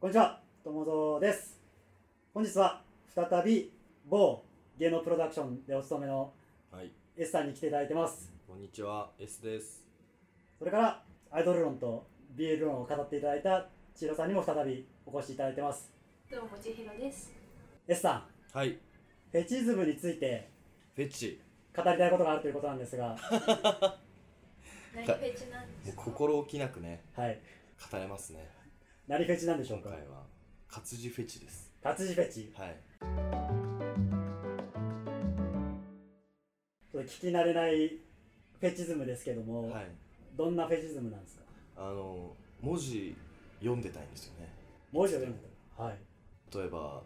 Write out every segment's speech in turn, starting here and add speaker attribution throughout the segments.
Speaker 1: こんにちは、友蔵です。本日は再び某芸能プロダクションでお勤めの
Speaker 2: はい、
Speaker 1: S さんに来ていただいてます。
Speaker 2: こんにちは、S です。
Speaker 1: それからアイドル論と BL 論を語っていただいた千尋さんにも再びお越しいただいてます。
Speaker 3: どうも千尋です。
Speaker 1: S さん、
Speaker 2: はい、
Speaker 1: フェチズムについて
Speaker 2: フェチ。
Speaker 1: 語りたいことがあるということなんですが、
Speaker 3: 何フェチなん
Speaker 2: もう
Speaker 3: ですか。
Speaker 2: 心置きなくね、
Speaker 1: はい。
Speaker 2: 語れますね。
Speaker 1: 何フェチなんでしょ
Speaker 2: 今
Speaker 1: うか
Speaker 2: 回は活字フェチです。
Speaker 1: 活字フェチ。
Speaker 2: はい。
Speaker 1: ちょっと聞き慣れないフェチズムですけども、
Speaker 2: はい。
Speaker 1: どんなフェチズムなんですか
Speaker 2: あの、文字読んでたいんですよね。
Speaker 1: 文字を読んでた。はい。
Speaker 2: 例えば、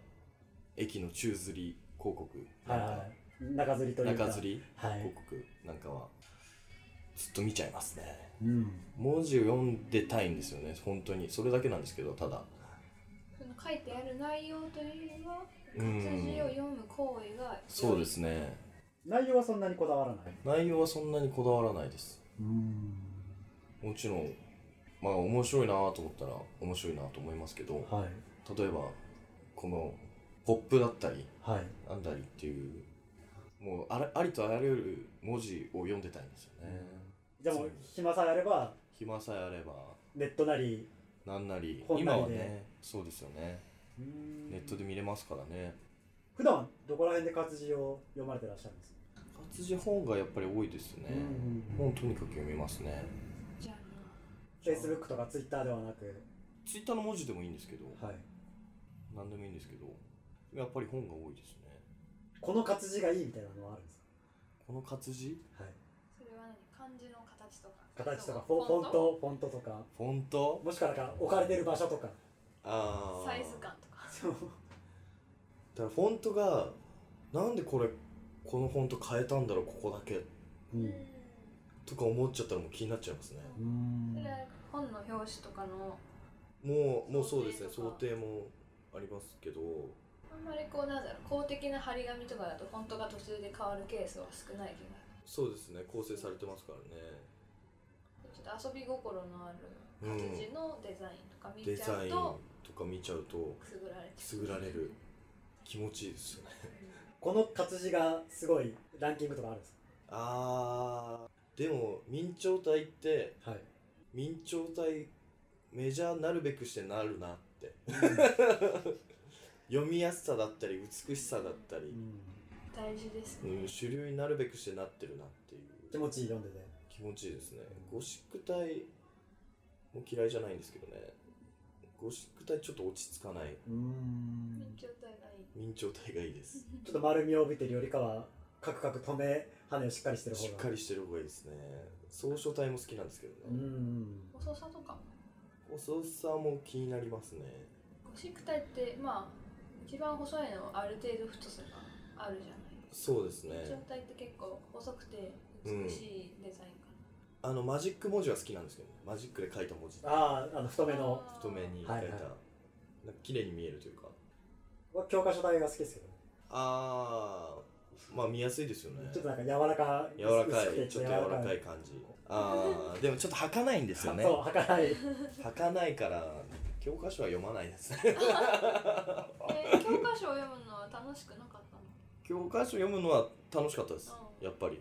Speaker 2: 駅の宙吊り広告。
Speaker 1: はい
Speaker 2: なんか
Speaker 1: はい。中吊りというか。
Speaker 2: 中吊り
Speaker 1: はい
Speaker 2: 広。告なんかは、ずっと見ちゃいますね。
Speaker 1: うん。
Speaker 2: 文字を読んでたいんですよね、本当に。それだけなんですけど、ただ。
Speaker 3: その書いてある内容というよりは、
Speaker 2: う
Speaker 3: 活字を
Speaker 2: ん。
Speaker 3: 読む行為が
Speaker 2: そうですね。
Speaker 1: 内容はそんなにこだわらない。
Speaker 2: 内容はそんなにこだわらないです。
Speaker 1: うん。
Speaker 2: もちろんまあ面白いなと思ったら面白いなと思いますけど
Speaker 1: はい。
Speaker 2: 例えばこのポップだったり
Speaker 1: はい。
Speaker 2: なんだりっていうもうあらありとあらゆる文字を読んでたいんですよね
Speaker 1: じゃあもう
Speaker 2: そう
Speaker 1: 暇さえあれば、
Speaker 2: 暇さえあれば
Speaker 1: ネットなり、
Speaker 2: なんなり
Speaker 1: 本な
Speaker 2: 今
Speaker 1: りで
Speaker 2: はねそうですよねネットで見れますからね
Speaker 1: 普段どこら辺で活字を読まれてらっしゃるんですか、
Speaker 2: 活字本がやっぱり多いですね本とにかく読みますね
Speaker 3: じゃあ
Speaker 1: Facebook とか Twitter ではなく、
Speaker 2: ツイッターの文字でもいいんですけど
Speaker 1: はい、
Speaker 2: 何でもいいんですけどやっぱり本が多いですね
Speaker 1: この活字がいいみたいなのはあるんです
Speaker 2: この活字
Speaker 1: か、はい、
Speaker 3: それは何漢字の形とか
Speaker 1: 形とかフ
Speaker 3: そ
Speaker 1: ォ
Speaker 3: れ
Speaker 1: フ
Speaker 3: と
Speaker 1: ォントフォントとか
Speaker 2: フォント
Speaker 1: もしくはなんか置かれてる場所とか
Speaker 2: あー
Speaker 3: サイズ感とか
Speaker 1: そう
Speaker 2: だからフォントがなんでこれこのフォント変えたんだろうここだけ
Speaker 1: うん
Speaker 2: とか思っちゃったらもう気になっちゃいますね
Speaker 3: うんそれは本の表紙とかの
Speaker 2: もうもうそうですね想
Speaker 3: 想
Speaker 2: 定もありますけど
Speaker 3: あんまりこうなんだろう公的な張り紙とかだとフォントが途中で変わるケースは少ない気が
Speaker 2: そうですね構成されてますからね
Speaker 3: ちょっと遊び心のある
Speaker 2: うん
Speaker 3: 活字のデザインとか見
Speaker 2: デ
Speaker 3: ちゃ
Speaker 2: ザ
Speaker 3: う
Speaker 2: イン
Speaker 3: と
Speaker 2: とか見ちゃうと
Speaker 3: くすぐられ
Speaker 2: くすぐられる気持ちいいですよね
Speaker 3: ちゃう
Speaker 1: この活字がすごいランキングとかあるんです
Speaker 2: あーでも明朝体って
Speaker 1: かはい
Speaker 2: 明朝体メジャーなるべくしてなるなって読みやすさだったり美しさだったり、
Speaker 3: 大事ですね
Speaker 2: うん、主流になるべくしてなってるなっていう
Speaker 1: 気持ちいい読んでて
Speaker 2: 気持ちいいですねゴシック体も嫌いじゃないんですけどねゴシック体ちょっと落ち着かない
Speaker 3: 勉強体がいい
Speaker 2: 明朝体がいいです
Speaker 1: ちょっと丸みを帯びてるよりかはカクカク止め羽をしっかりしてる方が
Speaker 2: しっかりしてる方がいいですね草書体も好きなんですけど
Speaker 1: うんう
Speaker 2: ね
Speaker 1: ん
Speaker 3: 細さとかも
Speaker 2: 細さも気になりますね
Speaker 3: ゴシック体ってまあ一番細いのはある程度太さがあるじゃない
Speaker 2: そうですね
Speaker 3: 状態って結構細くて美しいデザインか
Speaker 2: あのマジック文字は好きなんですけどねマジックで書いた文字
Speaker 1: あああの太
Speaker 3: な、
Speaker 1: めの
Speaker 3: あー
Speaker 2: 太めに書いた、
Speaker 1: はいはい
Speaker 2: なんか綺麗に見えるというか
Speaker 1: 教科書体が好きですけど、
Speaker 2: ああまあ見やすいですよね
Speaker 1: ちょっとなんか柔らか
Speaker 2: 柔らか
Speaker 1: 薄くて
Speaker 2: いちょっと柔らかい感 じああでもちょっと履かないんですよね
Speaker 1: そう儚い
Speaker 2: 履かないから教科書は読まないです ね
Speaker 3: えー教科書を読むのは楽しくなかったの
Speaker 2: 教科書読むのは楽しかったです
Speaker 3: うん
Speaker 2: やっぱり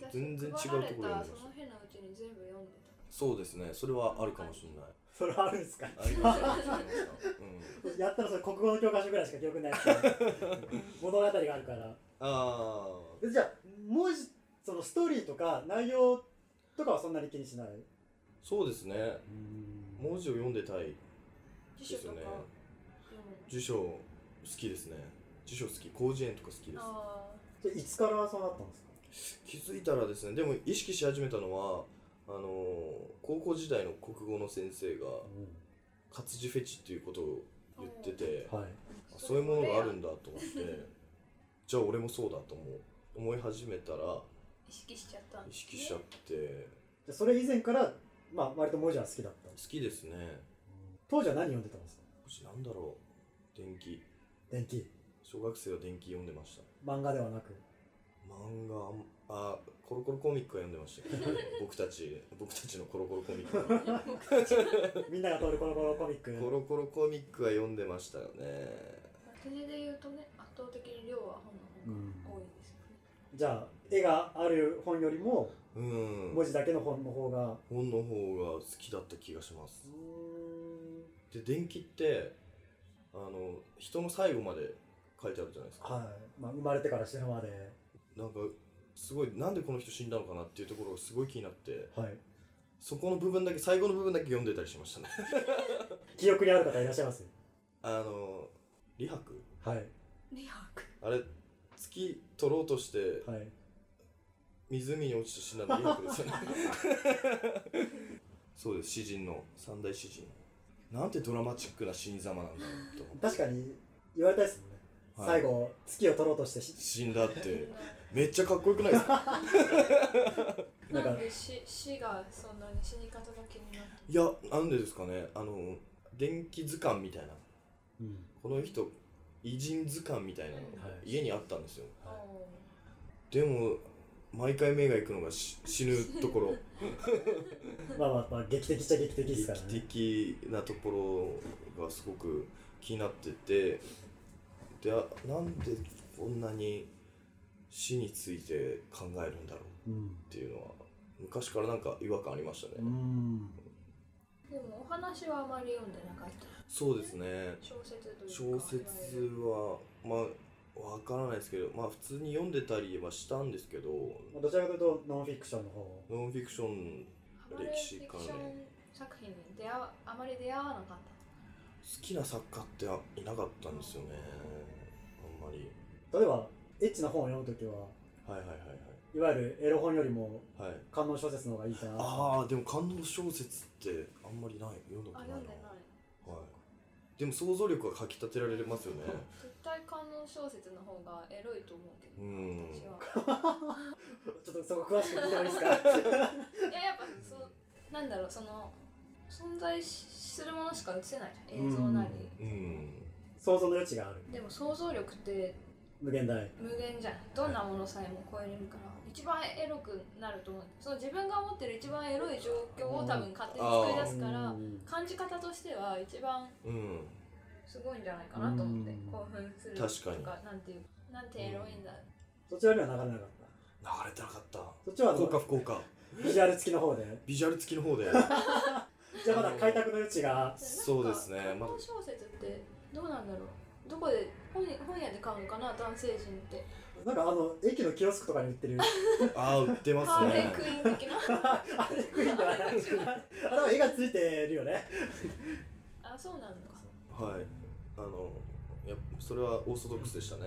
Speaker 3: 私
Speaker 2: 全然違うところ
Speaker 3: 配られ
Speaker 2: 読んで
Speaker 3: た
Speaker 2: まし
Speaker 3: そ
Speaker 2: た
Speaker 3: の日のうちに全部読ん でた
Speaker 2: そうですねそれはあるかもしれない
Speaker 1: それはあるんですか
Speaker 2: ありますあります うん
Speaker 1: やったらそれ国語の教科書ぐらいしか記憶ないですけど物語があるから
Speaker 2: あ
Speaker 1: でじゃあ文字そのストーリーとか内容とかはそんなに気にしない
Speaker 2: あそうですね文字を読んでたいで
Speaker 3: 辞書
Speaker 2: す
Speaker 3: と
Speaker 2: よ
Speaker 3: か
Speaker 2: ね
Speaker 3: 読む
Speaker 2: 辞書好きですね辞書好き広辞苑とか好きで
Speaker 3: の
Speaker 2: す
Speaker 3: あ
Speaker 1: でいつからそうなったんですか
Speaker 2: 気づいたらですねでも意識し始めたのはあのー高校時代の国語の先生が活字フェチっていうことを言っててあ
Speaker 1: はい
Speaker 3: ー
Speaker 2: そういうものがあるん
Speaker 3: だ
Speaker 2: だと思ってじゃあ俺もそうだと思う思い始めたら
Speaker 3: 意識しちゃったん
Speaker 2: 意
Speaker 3: ですね
Speaker 2: 識しちゃって
Speaker 1: じゃあそれ以前からまあ割と文字は好きだった
Speaker 2: 好きですね
Speaker 1: 当時は何読んでたんですか
Speaker 2: 私なんだろう電気
Speaker 1: 電気
Speaker 2: 小学生は電気読んでました
Speaker 1: 漫画ではなく
Speaker 2: 漫画あんあコロコロコミックは読んでましたよ僕たち僕たちのコロコロコミックは
Speaker 1: みんなが通るコロコロコミック
Speaker 2: コロコロコミックは読んでましたよね
Speaker 3: 手で言うとね圧倒的に量は本の方が多いですよね、
Speaker 1: じゃあ絵がある本よりも
Speaker 2: うん
Speaker 1: 文字だけの本の方が
Speaker 2: 本の方が好きだった気がします
Speaker 1: うーん
Speaker 2: で電気ってあの人の最後まで書いてあるじゃないですか、
Speaker 1: はい、まあ、生まれてから死ぬまで
Speaker 2: なんかすごいなんでこの人死んだのかなっていうところがすごい気になって
Speaker 1: はい
Speaker 2: そこの部分だけ最後の部分だけ読んでたりしましたね
Speaker 1: 記憶にある方いらっしゃいます
Speaker 2: あの李白
Speaker 1: はい
Speaker 3: リハク
Speaker 2: あれ月取ろうとして
Speaker 1: はい
Speaker 2: 湖に落ちて死んだの李白ですよね そうです詩人の三大詩人なんてドラマチックな死に様なんだろうと思って
Speaker 1: 確かに言われたいですもんね、
Speaker 2: はい
Speaker 1: 最後月を取ろうとしてし
Speaker 2: 死んだって
Speaker 3: な
Speaker 2: めっちゃかっこよくないですか
Speaker 1: なんか
Speaker 3: んで死死がそんなに死に方が気になって
Speaker 2: いや、なんでですかね、あの、電気図鑑みたいな、
Speaker 1: うん
Speaker 2: この人、偉人図鑑みたいなの、
Speaker 1: はい
Speaker 2: 家にあったんですよ。
Speaker 3: お
Speaker 1: は
Speaker 3: お
Speaker 2: でも、毎回目が行くのがし死ぬところ、
Speaker 1: まあまあまあ劇的っちゃ劇的 ですから
Speaker 2: 劇
Speaker 1: ね
Speaker 2: 的なところがすごく気になってて、で、あなんでこんなに死について考えるんだろう
Speaker 1: うん
Speaker 2: っていうのは、昔からなんか違和感ありました
Speaker 1: う
Speaker 2: ね。
Speaker 1: ん
Speaker 3: でもお話はあまり読んでなかった
Speaker 2: そうですね。
Speaker 3: 小説というか
Speaker 2: 小説
Speaker 3: いわゆる
Speaker 2: はまあわからないですけどまあ普通に読んでたりはしたんですけど
Speaker 1: まあどちらかというとノンフィクションの方
Speaker 2: ノンフィクション
Speaker 3: あまり
Speaker 2: 歴史
Speaker 3: フィ
Speaker 2: 関
Speaker 3: ク
Speaker 2: 連
Speaker 3: ション作品に出会わあまり出会わなかった
Speaker 2: 好きな作家っていなかったんですよねあんまり
Speaker 1: 例えばエッチな本を読むときは
Speaker 2: はいはい
Speaker 1: いわゆるエロ本よりも
Speaker 2: はいはいはい
Speaker 1: 観音小説の方がいいかな
Speaker 2: ああでも感動小説ってあんまりない読んだこ
Speaker 3: あ
Speaker 2: とない
Speaker 3: 読んで
Speaker 2: な
Speaker 3: ない
Speaker 2: はいでも想像力がかきたてられますよね
Speaker 3: 絶対観音小説の方がエロいと思うけ
Speaker 2: う
Speaker 3: ど、
Speaker 2: ん
Speaker 3: 私は
Speaker 1: ちょっとそこ詳しく聞いてもいいです か
Speaker 3: いややっぱそうなんだろうその存在しするものしか映せないじゃん映像なり、
Speaker 2: うん
Speaker 1: 想像の余地がある
Speaker 3: でも想像力って
Speaker 1: 無限大
Speaker 3: 無限じゃんどんなものさえも超えれるから一番エロくなると思うその自分が思ってる一番エロい状況を多分勝手に作り出すから
Speaker 1: うん
Speaker 3: 感じ方としては一番
Speaker 2: うん
Speaker 3: すごいんじゃないかなと思って
Speaker 1: うん
Speaker 3: 興奮する
Speaker 2: 確かに
Speaker 3: とかなんていうなんてエロいんだ
Speaker 1: そちらには流れなかった
Speaker 2: 流れてなかった
Speaker 1: そっちはあ
Speaker 2: 福岡
Speaker 1: の
Speaker 2: 福岡
Speaker 1: ビジュアル付きの方で
Speaker 2: ビジュアル付きの方で
Speaker 1: じゃあまだ開拓の余地が
Speaker 2: そうですね
Speaker 3: ま
Speaker 2: まだ
Speaker 3: 小説ってどうなんだろうどこで本本屋で買うのかな男性陣って
Speaker 1: なんかあの駅のキオスクとかに売って る
Speaker 2: ああ売ってま
Speaker 3: ハ
Speaker 2: す
Speaker 3: ーレ
Speaker 2: ね
Speaker 3: ークイーン的な
Speaker 1: あれクイーンで はないあれは絵がついてるよね
Speaker 3: あそうなのか
Speaker 2: はいあのやっぱそれはオーソドックスでしたね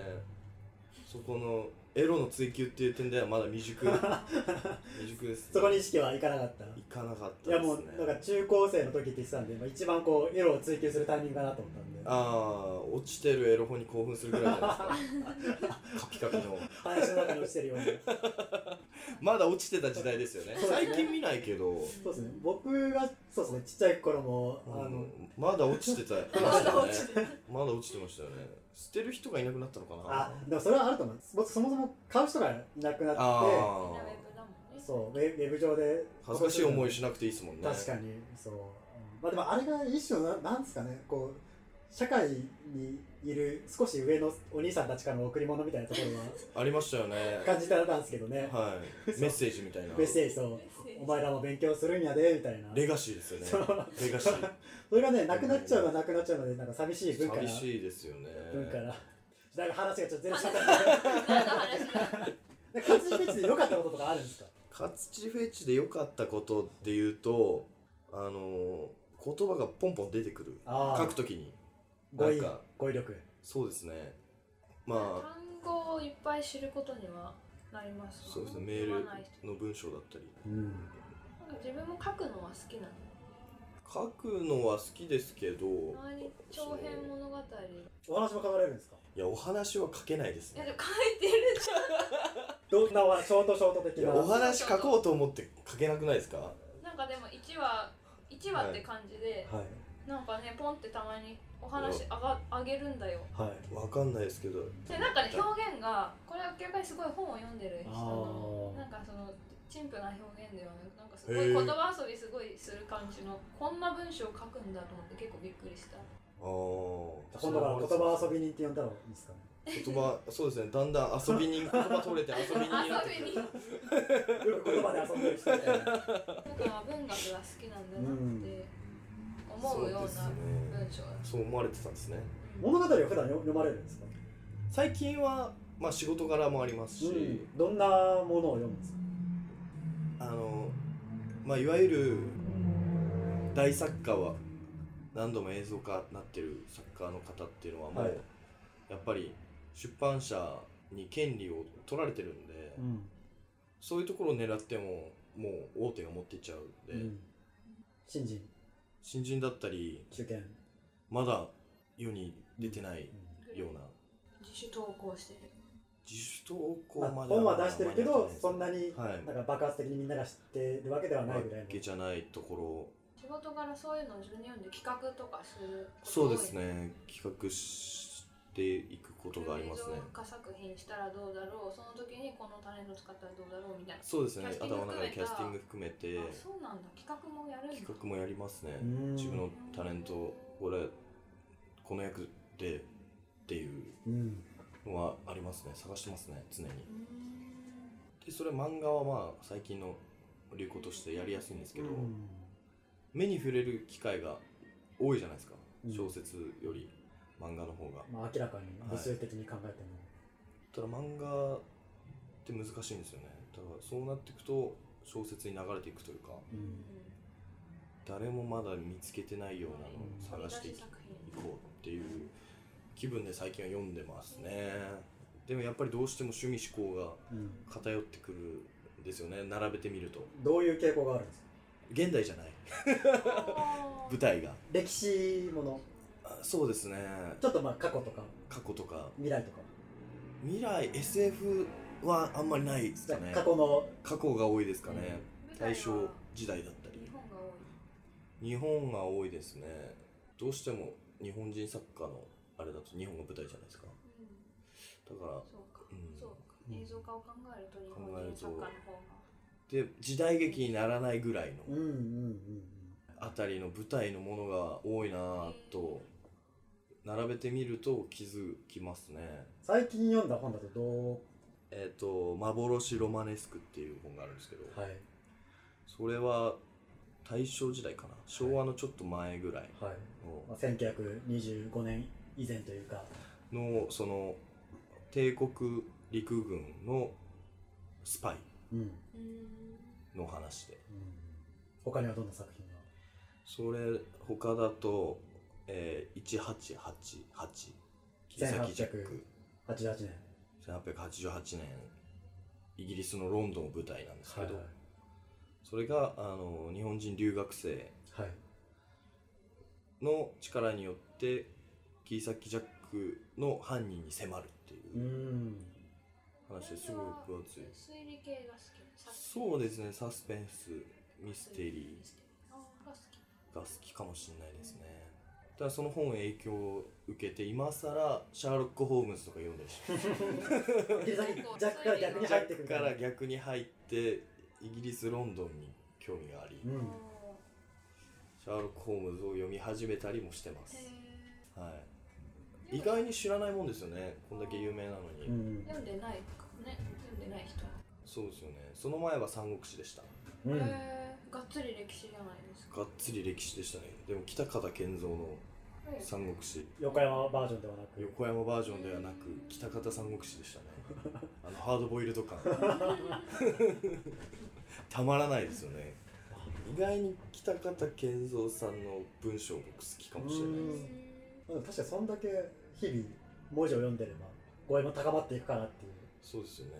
Speaker 2: そこのエロの追求っていう点ではまだ未熟未熟です、
Speaker 1: そこに意識はいかなかった
Speaker 2: 行かなかった
Speaker 1: い
Speaker 2: で
Speaker 1: や
Speaker 2: すね
Speaker 1: もうなんか中高生の時って言ってたんで、まあ、一番こうエロを追求するタイミングかなと思ったんで
Speaker 2: ああ落ちてるエロ本に興奮するぐらいじ ゃないですかカピカピの
Speaker 1: 話の中に落ちてるように
Speaker 2: まだ落ちてた時代ですよね
Speaker 1: そうですね
Speaker 2: 最近見ないけど
Speaker 1: そうですね僕がそうですねちっちゃい頃もあの、
Speaker 2: うんまだ落 ちてたま
Speaker 3: ま
Speaker 2: し
Speaker 3: だ
Speaker 2: た
Speaker 3: 落ち
Speaker 2: ねまだ落ちてましたよね捨てる人がいなくなったのかな
Speaker 1: あでもそれはあると思うんです僕そもそも買う人がいなくなって
Speaker 3: みん
Speaker 2: あ
Speaker 3: なウ
Speaker 2: ー
Speaker 3: ェブだもんね
Speaker 1: そうウェウェブ上で
Speaker 2: 恥ずかしい思い
Speaker 1: し
Speaker 2: しなくていいですもんね
Speaker 1: 確かにそう、まあ、でもあれが一種のななんですかねこう社会にいる少し上のお兄さんたちからの贈り物みたいなところ
Speaker 2: ありましたよね
Speaker 1: は 感じてあったんですけどね、
Speaker 2: はい、メッセージみたいな。
Speaker 1: メッセージそうお前らも勉強するんやでみたいな
Speaker 2: レガシーですよね
Speaker 1: そう。
Speaker 2: レガシ ー。
Speaker 1: それがねなくなっちゃうのは なくなっちゃうのでなんか寂しい文化な
Speaker 2: 寂しいですよね。
Speaker 1: 文化ななんか話がちょっと全然違
Speaker 3: 何の話だ
Speaker 1: う活字フェチで良かったこととかあるんですか
Speaker 2: 活字フェチで良かったことで言うと、あのー、言葉がポンポン出てくる。
Speaker 1: あ
Speaker 2: 書
Speaker 1: あ
Speaker 2: くときに。
Speaker 1: 語彙
Speaker 2: なんか
Speaker 1: 語彙力
Speaker 2: そうですね。
Speaker 3: 単
Speaker 2: まあ、
Speaker 3: 語をいっぱい知ることにはなります
Speaker 2: そうですね、メ
Speaker 3: 読ま
Speaker 2: ー
Speaker 3: ない人
Speaker 2: ルの文章だったり。
Speaker 1: うん
Speaker 3: なんか自分も書くのは好きなの
Speaker 2: 書くのは好きですけど、
Speaker 3: たまに長編物語い
Speaker 1: お話も書かれるんですか
Speaker 2: いや、お話は書けないです
Speaker 3: や
Speaker 2: ね。
Speaker 3: でも書いてるじ
Speaker 1: どんなお話ショートショート的
Speaker 2: いや、
Speaker 1: な
Speaker 2: お話書こうと思って書けなくないですか
Speaker 3: ゃんなんかでも1話1話って感じで
Speaker 1: はい
Speaker 3: なんかねポンってたまにお話あがあげるんだよ
Speaker 1: はい
Speaker 2: わかんないですけど
Speaker 3: でなんかね表現がこれは結構すごい本を読んでる人の
Speaker 1: あー
Speaker 3: なんかその陳腐な表現ではなくなんかすごい言葉遊びすごいする感じのこんな文章を書くんだと思って結構びっくりし
Speaker 2: ああ
Speaker 3: た
Speaker 1: 今度から言葉遊び人って呼んだらいいですかね
Speaker 2: 言葉そうですねだんだん遊び人言葉取れて遊び人になって
Speaker 3: 遊
Speaker 2: く
Speaker 3: び
Speaker 1: よく言
Speaker 2: る
Speaker 3: になん
Speaker 1: 葉で遊んでる人みたいな
Speaker 3: か文学が好きなんだなって思うような文章だ
Speaker 2: そう思われてたんですね
Speaker 3: うん
Speaker 1: 物語を普段読読まれるんですか、
Speaker 2: 最近はまあ仕事柄もありますし、
Speaker 1: どんなものを読むんですか
Speaker 2: あのまあいわゆる大作家は何度も映像化になってる作家の方っていうのはもう、
Speaker 1: はい
Speaker 2: やっぱり出版社に権利を取られてるんで、
Speaker 1: ん、
Speaker 2: そういうところを狙ってももう大手が持っていっちゃうんで、
Speaker 1: うん新人
Speaker 2: 新人だったり
Speaker 1: 中堅、
Speaker 2: まだ世に出てないような
Speaker 3: 自主投稿してる
Speaker 2: 自主投稿
Speaker 1: まあ
Speaker 2: まで
Speaker 1: 本は出してるけどそん
Speaker 2: な
Speaker 1: なに
Speaker 2: はい
Speaker 1: なんか爆発的にみんなが知ってるわけではないぐらい
Speaker 2: わけ
Speaker 1: の
Speaker 2: じゃないところ
Speaker 3: 仕事からそういうのを自分で読んで企画とかする
Speaker 2: そうですね企画していくことがありますね
Speaker 3: 化作品したらどうだろうその時にこのタレント使ったらどうだろうみたいな
Speaker 2: そうですね
Speaker 3: キャス
Speaker 2: あ
Speaker 3: ティング
Speaker 2: とはなんか
Speaker 3: 含めた
Speaker 2: キャスティング含めて
Speaker 3: あそうなんだ企画もやるんだ
Speaker 2: 企画もやりますね
Speaker 1: うん
Speaker 2: 自分のタレント俺この役でっていう
Speaker 1: うん
Speaker 2: のはありますね探してますね常に
Speaker 3: うん
Speaker 2: でそれ漫画はまあ最近の流行としてやりやすいんですけど、
Speaker 1: うん
Speaker 2: 目に触れる機会が多いじゃないですか、
Speaker 1: うん
Speaker 2: 小説より漫画の方が
Speaker 1: まあ、明らかに部数的に考えても、
Speaker 2: ただ漫画って難しいんですよねだからそうなっていくと小説に流れていくというか
Speaker 1: う
Speaker 3: うん
Speaker 1: ん
Speaker 2: 誰もまだ見つけてないようなのを探してい
Speaker 3: 取り出し
Speaker 2: こ
Speaker 3: 作
Speaker 2: うっていう気分で最近は読んでますねでもやっぱりどうしても趣味思考
Speaker 1: うん
Speaker 2: が偏ってくるんですよね並べてみると
Speaker 1: どういう傾向があるんですか
Speaker 2: 現代じゃない舞
Speaker 3: 品
Speaker 2: 台が
Speaker 1: 歴史もの
Speaker 2: あそうですね
Speaker 1: ちょっとまあ過去とか
Speaker 2: 過去とか
Speaker 1: 未来とか
Speaker 2: 未来 SF はあんまりないですかね
Speaker 1: 過去の
Speaker 2: 過去が多いですかね、
Speaker 3: うん
Speaker 2: 大正時代だった
Speaker 3: 日
Speaker 2: り
Speaker 3: 本が
Speaker 2: 日本が多いですねどうしても日本人作家のあれだと日本が舞台じゃないですか
Speaker 3: 多い、うん、
Speaker 2: だから
Speaker 3: そうか、
Speaker 2: うん
Speaker 3: そうか
Speaker 1: うん
Speaker 3: 映像化を考えると日
Speaker 2: 考え
Speaker 3: 本
Speaker 2: る
Speaker 3: 人
Speaker 2: と
Speaker 3: 作家の方が
Speaker 2: で時代劇にならないぐらい
Speaker 1: うん
Speaker 2: の
Speaker 1: うん
Speaker 2: あたりの舞台のものが多いなぁと並べてみると気づきますね
Speaker 1: 最近読んだ本だとどう
Speaker 2: えっ、と「幻ロマネスク」っていう本があるんですけど、
Speaker 1: はい
Speaker 2: それは大正時代かな昭和のちょっと前ぐらい
Speaker 1: はい、
Speaker 2: の
Speaker 1: まあ、1925年以前というか
Speaker 2: のその帝国陸軍のスパイ
Speaker 1: うん、うん、
Speaker 3: うん
Speaker 2: の話で
Speaker 1: 他にはどんな作品が
Speaker 2: それ他だと、えー、1888切り裂きジャック
Speaker 1: 88年
Speaker 2: 1888年イギリスのロンドンを舞台なんですけど、
Speaker 1: はい
Speaker 2: それがあの日本人留学生
Speaker 1: はい
Speaker 2: の力によって切り裂きジャックの犯人に迫るっていううん話ですごい分厚い
Speaker 3: 推理系が好き
Speaker 2: そうですねサスペンスミステリー
Speaker 3: あーが好き
Speaker 2: が好きかもしれないですねただその本影響を受けて今更シャーロック・ホームズとか読んでるし
Speaker 1: 切り裂きジャックから逆に入ってくる
Speaker 2: だから逆に入ってイギリス・ロンドンに興味があり、
Speaker 1: うん
Speaker 3: おー
Speaker 2: シャーロック・ホームズを読み始めたりもしてます、
Speaker 3: へ
Speaker 2: はい、意外に知らないもんですよねこんだけ有名なのに、
Speaker 1: うん
Speaker 3: ー読んでないかね読んでない人、
Speaker 2: そうですよねその前は「三国志」でした
Speaker 1: うん
Speaker 3: へーがっつり歴史じゃないですか
Speaker 2: がっつり歴史でしたねでも北方健三の「三国志」
Speaker 1: 横山バージョンではなく
Speaker 2: 横山バージョンではなく北方三国志 でしたねあのハードボイルド感 たまらないですよね意外に北方健三さんの文章僕好きかもしれないで
Speaker 3: う
Speaker 2: す
Speaker 3: ん
Speaker 1: まあでも確かにそんだけ日々文字を読んでれば語彙も高まっていくかなっていう
Speaker 2: そうですよね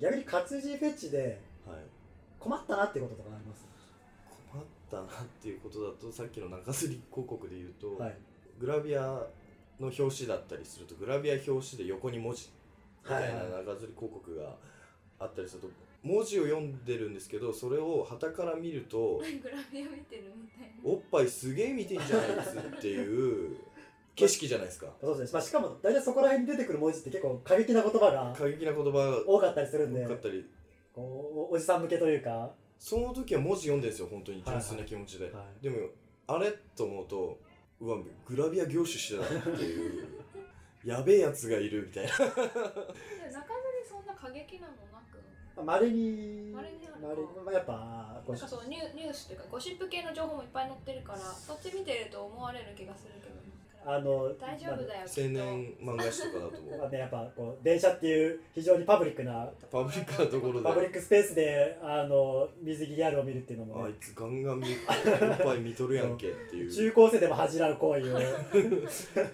Speaker 1: 逆に活字フェチで
Speaker 2: はい
Speaker 1: 困ったなっていうこととかあります
Speaker 2: 困ったなっていうことだとさっきの中吊り広告で言うと、
Speaker 1: はい
Speaker 2: グラビアの表紙だったりするとグラビア表紙で横に文字みたいな中吊り広告があったりすると文字を読んでるんですけどそれを旗から見る と
Speaker 3: グラビア見てるみたいな
Speaker 2: おっぱいすげえ見てんじゃないですっていう景色じゃない ですか
Speaker 1: そうですね、まあ、しかも大体そこら辺に出てくる文字って結構過激な言葉が
Speaker 2: 過激な言葉
Speaker 1: 多かったりするん
Speaker 2: が
Speaker 1: で
Speaker 2: 多かったり
Speaker 1: こうおおじさん向けというか、
Speaker 2: その時は文字読んでるんですよ本当に純粋な気持ちで、でもあれと思うとうわグラビア業種してたなっていうやべえやつがいるみたいな
Speaker 3: で中塗りそんな過激なのなく
Speaker 1: まれに
Speaker 3: 稀にあるか
Speaker 1: 稀にまあ、やっぱこ
Speaker 3: なんかそうニュニュースというかゴシップ系の情報もいっぱい載ってるからそっち見てると思われる気がするけど
Speaker 1: あの
Speaker 3: 大丈夫だよきっと
Speaker 2: 青年漫画誌とかだと
Speaker 1: まあ
Speaker 2: 思
Speaker 1: ま
Speaker 2: う
Speaker 1: あね、やっぱこう電車っていう非常にパブリックな
Speaker 2: パブリックなところで
Speaker 1: パブリックスペースであの水着ギャルを見るっていうのも、
Speaker 2: あい
Speaker 1: ね、
Speaker 2: つガンガン見おっぱい見とるやんけっていう
Speaker 1: 中高生でも恥じらう行 為を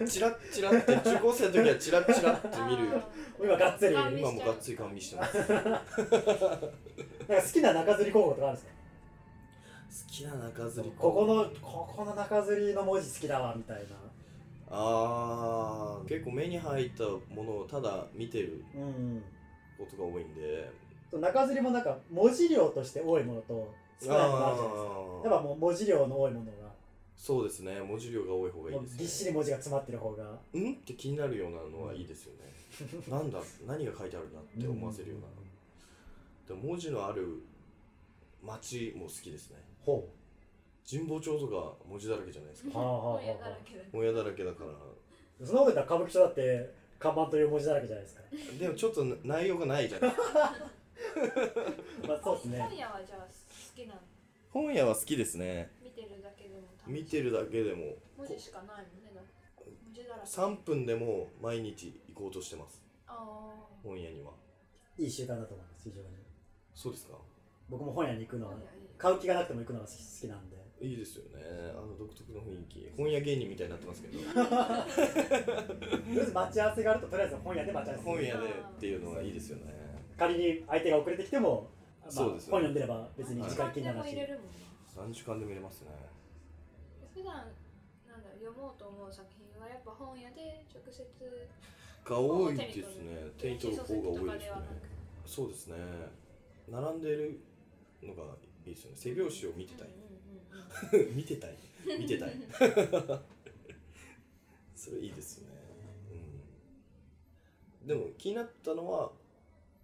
Speaker 2: チラッチラって中高生の時はチラッチラって見るよ
Speaker 1: 今がっつり
Speaker 3: あー
Speaker 2: 今もがっつり完備してます好
Speaker 1: なんか好きな中吊り候補とかあるんですか
Speaker 2: きな中吊り
Speaker 1: ここのここの中吊りの文字好きだわみたいな、
Speaker 2: ああ結構目に入ったものをただ見てる
Speaker 1: うん、
Speaker 2: ことが多いんで
Speaker 1: 中吊りもなんか文字量として多いものと少ないものあるじゃないです
Speaker 2: あ
Speaker 1: かやっぱもう文字量の多いものが
Speaker 2: そうですね文字量が多い方がい
Speaker 1: も
Speaker 2: いうですね
Speaker 1: ぎっしり文字が詰まってる方が
Speaker 2: うんって気になるようなのはいいですよ ね、なんだ何が書いてあるなって思わせるような、で文字のある街も好きですね
Speaker 1: ほ
Speaker 2: 神保町とか文字だらけじゃないですか
Speaker 1: うはあはあは
Speaker 3: 本屋だ
Speaker 1: あ
Speaker 3: らけだ
Speaker 2: もうやだらけだから
Speaker 1: そんなこと言ったら歌舞伎町だって看板という文字だらけじゃないですか。
Speaker 2: でもちょっと内容がないじゃない
Speaker 1: まあそうですね。
Speaker 3: 本屋はじゃあ好きなの
Speaker 2: 本屋は好きですね
Speaker 3: 見てるだけでも楽しい
Speaker 2: 見てるだけでも
Speaker 3: 文字しかないもんねだって文字だらけ
Speaker 2: 3分でも毎日行こうとしてます
Speaker 3: あー
Speaker 2: 本屋にはい
Speaker 1: い習慣だと思います、非常に。
Speaker 2: そうですか
Speaker 1: 僕も本屋に行くのは
Speaker 3: 本、屋いい
Speaker 1: 買う気がなくても行くのが好きなんで。
Speaker 2: いいですよねあの独特の雰囲気本屋芸人みたいになって ますけど
Speaker 1: とりあえず待ち合わせがあると、とりあえず本屋で待ち合わせする
Speaker 2: 本屋でっていうのはいいですよね
Speaker 1: 仮に相手が遅れてきても、まあ、
Speaker 2: そうですね
Speaker 1: 本読んでれば別に時間気にならない
Speaker 3: 何でも
Speaker 1: し
Speaker 3: 入。れるもんな
Speaker 2: 3時間で見れますね
Speaker 3: 普段なんだろう読もうと思う作品はやっぱ本屋で直接
Speaker 2: が多いですね手に取る方が
Speaker 3: 電子書籍と
Speaker 2: 多
Speaker 3: か
Speaker 2: いですね
Speaker 3: ではなく
Speaker 2: そうですね並んでるのがいいですよね背拍子を見てたい
Speaker 3: うんうんうんう ん
Speaker 2: 見てたい見てた いそれいいですねうんでも気になったのは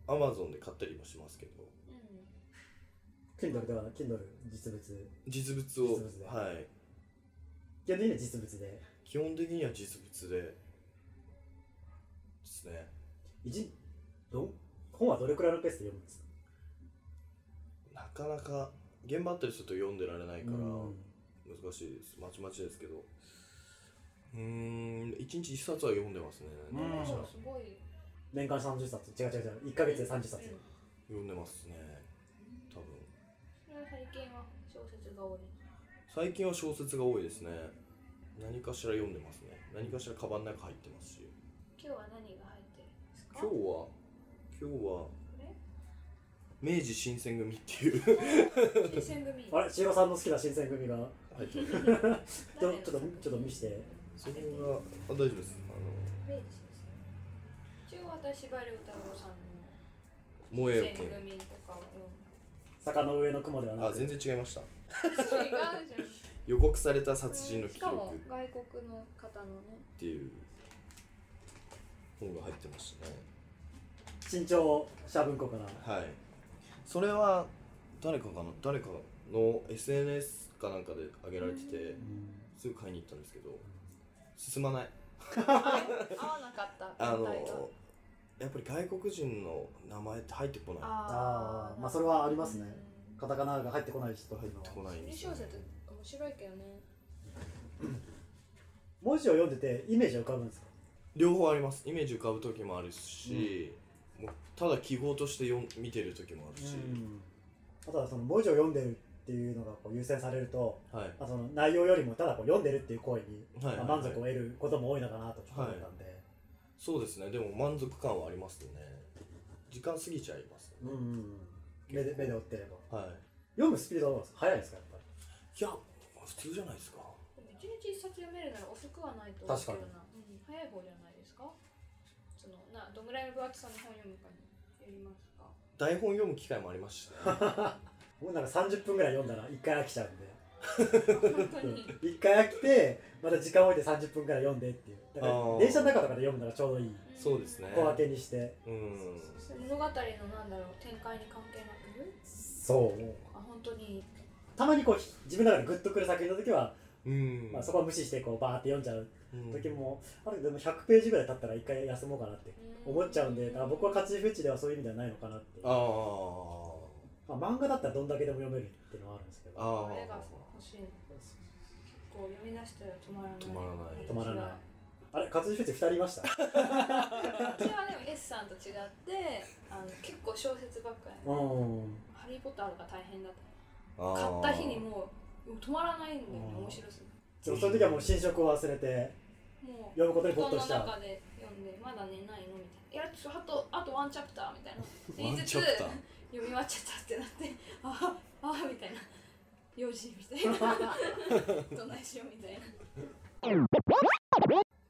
Speaker 2: アマゾンで買ったりもしますけど
Speaker 1: Kindle では、Kindle 実物。
Speaker 2: 実物を
Speaker 1: 実物で
Speaker 2: はい
Speaker 1: 基本的には実物で。
Speaker 2: 基本的には実物でですね
Speaker 1: 一どん本はどれくらいのペースで読むんですか
Speaker 2: なかなか現場あったりすると読んでられないから
Speaker 1: うん
Speaker 2: 難しいですまちまちですけどうーん1日1冊は読んでますね
Speaker 1: うん
Speaker 2: 何かしら
Speaker 3: うんすごい
Speaker 1: 年間30冊。違う違う違う。1ヶ月で30冊。
Speaker 3: うん
Speaker 2: 読んでますね多分
Speaker 3: それは最近は小説が多い
Speaker 2: 最近は小説が多いですね何かしら読んでますね何かしらカバンの中入ってますし
Speaker 3: 今日は何が入ってるんですか
Speaker 2: 今日は今日は
Speaker 3: こ
Speaker 2: 明治新選組ってい う
Speaker 3: れ新選組
Speaker 1: あれ、シロさんの好きな新選組が。
Speaker 2: 入ってます
Speaker 1: ちょ
Speaker 3: 誰
Speaker 1: ちょっと、ちょっと見して。
Speaker 2: それがあ大丈夫ですあ
Speaker 3: 明治新選組一応私バリ歌郎さんの
Speaker 2: の萌え
Speaker 3: 新
Speaker 2: 君
Speaker 3: 選組とかを
Speaker 1: 坂の上の雲ではな
Speaker 2: あ
Speaker 1: く
Speaker 2: 全然違いました
Speaker 3: 読む違うじゃん
Speaker 2: 予告された殺人の記
Speaker 3: しかも
Speaker 2: 録っ
Speaker 3: 外国の方のね
Speaker 2: ていう本が入ってましたね
Speaker 1: 身長者文庫から
Speaker 2: はいそれは誰かかな誰かの SNS かなんかで上げられててすぐ買いに行ったんですけど進まない
Speaker 3: 合わなかった
Speaker 2: あ
Speaker 3: み
Speaker 2: の
Speaker 3: たいな
Speaker 2: やっぱり外国人の名前って入ってこない
Speaker 1: あーまあそれはありますねカタカナが入ってこない人って
Speaker 2: 入
Speaker 1: い
Speaker 2: っ
Speaker 1: うの
Speaker 2: て
Speaker 1: は
Speaker 2: こないん
Speaker 3: 心
Speaker 2: で
Speaker 3: 理
Speaker 2: すよ
Speaker 3: 小
Speaker 2: ね
Speaker 3: 説面白いけどね
Speaker 1: 文字を読んでてイメージは浮かぶんですか
Speaker 2: 両方ありますイメージ浮かぶ時もあるし、もうただ記号として読ん見てる時もあるし、
Speaker 1: あとはその文字を読んでるっていうのがこう優先されると
Speaker 2: はい
Speaker 1: あその内容よりもただこう読んでるっていう行為に、
Speaker 2: はいはい
Speaker 1: まあ満足を得ることも多いのかなとちょっと思ったんで、
Speaker 2: そうですねでも満足感はありますよね時間過ぎちゃいます
Speaker 1: うん
Speaker 2: ね、
Speaker 1: うん目で目で追ってれば
Speaker 2: はい
Speaker 1: 読むスピードはどうなんですか速いですかやっぱ
Speaker 2: いや普通じゃないですか
Speaker 3: でも一日一冊読めるなら遅くはないと思うけど
Speaker 1: 確
Speaker 3: な、うん、早い方じゃないですかそのなどんぐらいの分厚さの本読むかによりますか
Speaker 2: 台本読む機会もあり ましたね
Speaker 1: 僕なんか30分ぐらい読んだら1回飽きちゃうんで
Speaker 3: 本当に
Speaker 1: 1回飽きてまた時間置いて30分ぐらい読んでっていうだか
Speaker 2: あ
Speaker 1: ら
Speaker 2: ー
Speaker 1: 電車の中とかで読むならちょうどいい
Speaker 2: そうですね
Speaker 1: 小分けにして
Speaker 2: うん
Speaker 3: 物語のなんだろう展開に関係なく
Speaker 1: そう
Speaker 3: あ本当に
Speaker 1: たまにこう自分の中でグッとくる作品の時は、
Speaker 2: うん
Speaker 1: まあ、そこは無視してこうバーって読んじゃう
Speaker 2: うん
Speaker 1: 時もあるけどでも100ページぐらい経ったら1回休もうかなって思っちゃうんでだから僕は勝ちフェチではそういう意味ではないのかなって
Speaker 2: あ
Speaker 1: まあ、漫画だったらどんだけでも読めるっていうのはあるんですけ
Speaker 2: あ
Speaker 1: ど
Speaker 2: ああ
Speaker 3: これが欲しいこう読み出したら止まらない
Speaker 2: 止まらない
Speaker 1: 止まらないあれ活字フェチ2人いました
Speaker 3: うちはでも S さんと違ってあの結構小説ばっかり
Speaker 1: うん
Speaker 3: ハリー・ポッターとか大変だった
Speaker 2: あ
Speaker 3: 買
Speaker 2: ー
Speaker 3: った日にもう止まらないんだよね
Speaker 1: うん
Speaker 3: 面白すぎて
Speaker 1: でもその時はもう新色を忘れ て
Speaker 3: もう
Speaker 1: 読むことに
Speaker 3: 布
Speaker 1: 没頭
Speaker 3: 団の
Speaker 1: しちゃう
Speaker 3: 中で読んでまだ寝ないのみたいないやちょっとあとあとワンチャプターみたいな
Speaker 2: ワ
Speaker 3: 言い
Speaker 2: ン
Speaker 3: つつ
Speaker 2: チャ
Speaker 3: 読
Speaker 2: プター
Speaker 3: み終わっちゃったってなってあああみたいな4時みたいなどないしようみたいな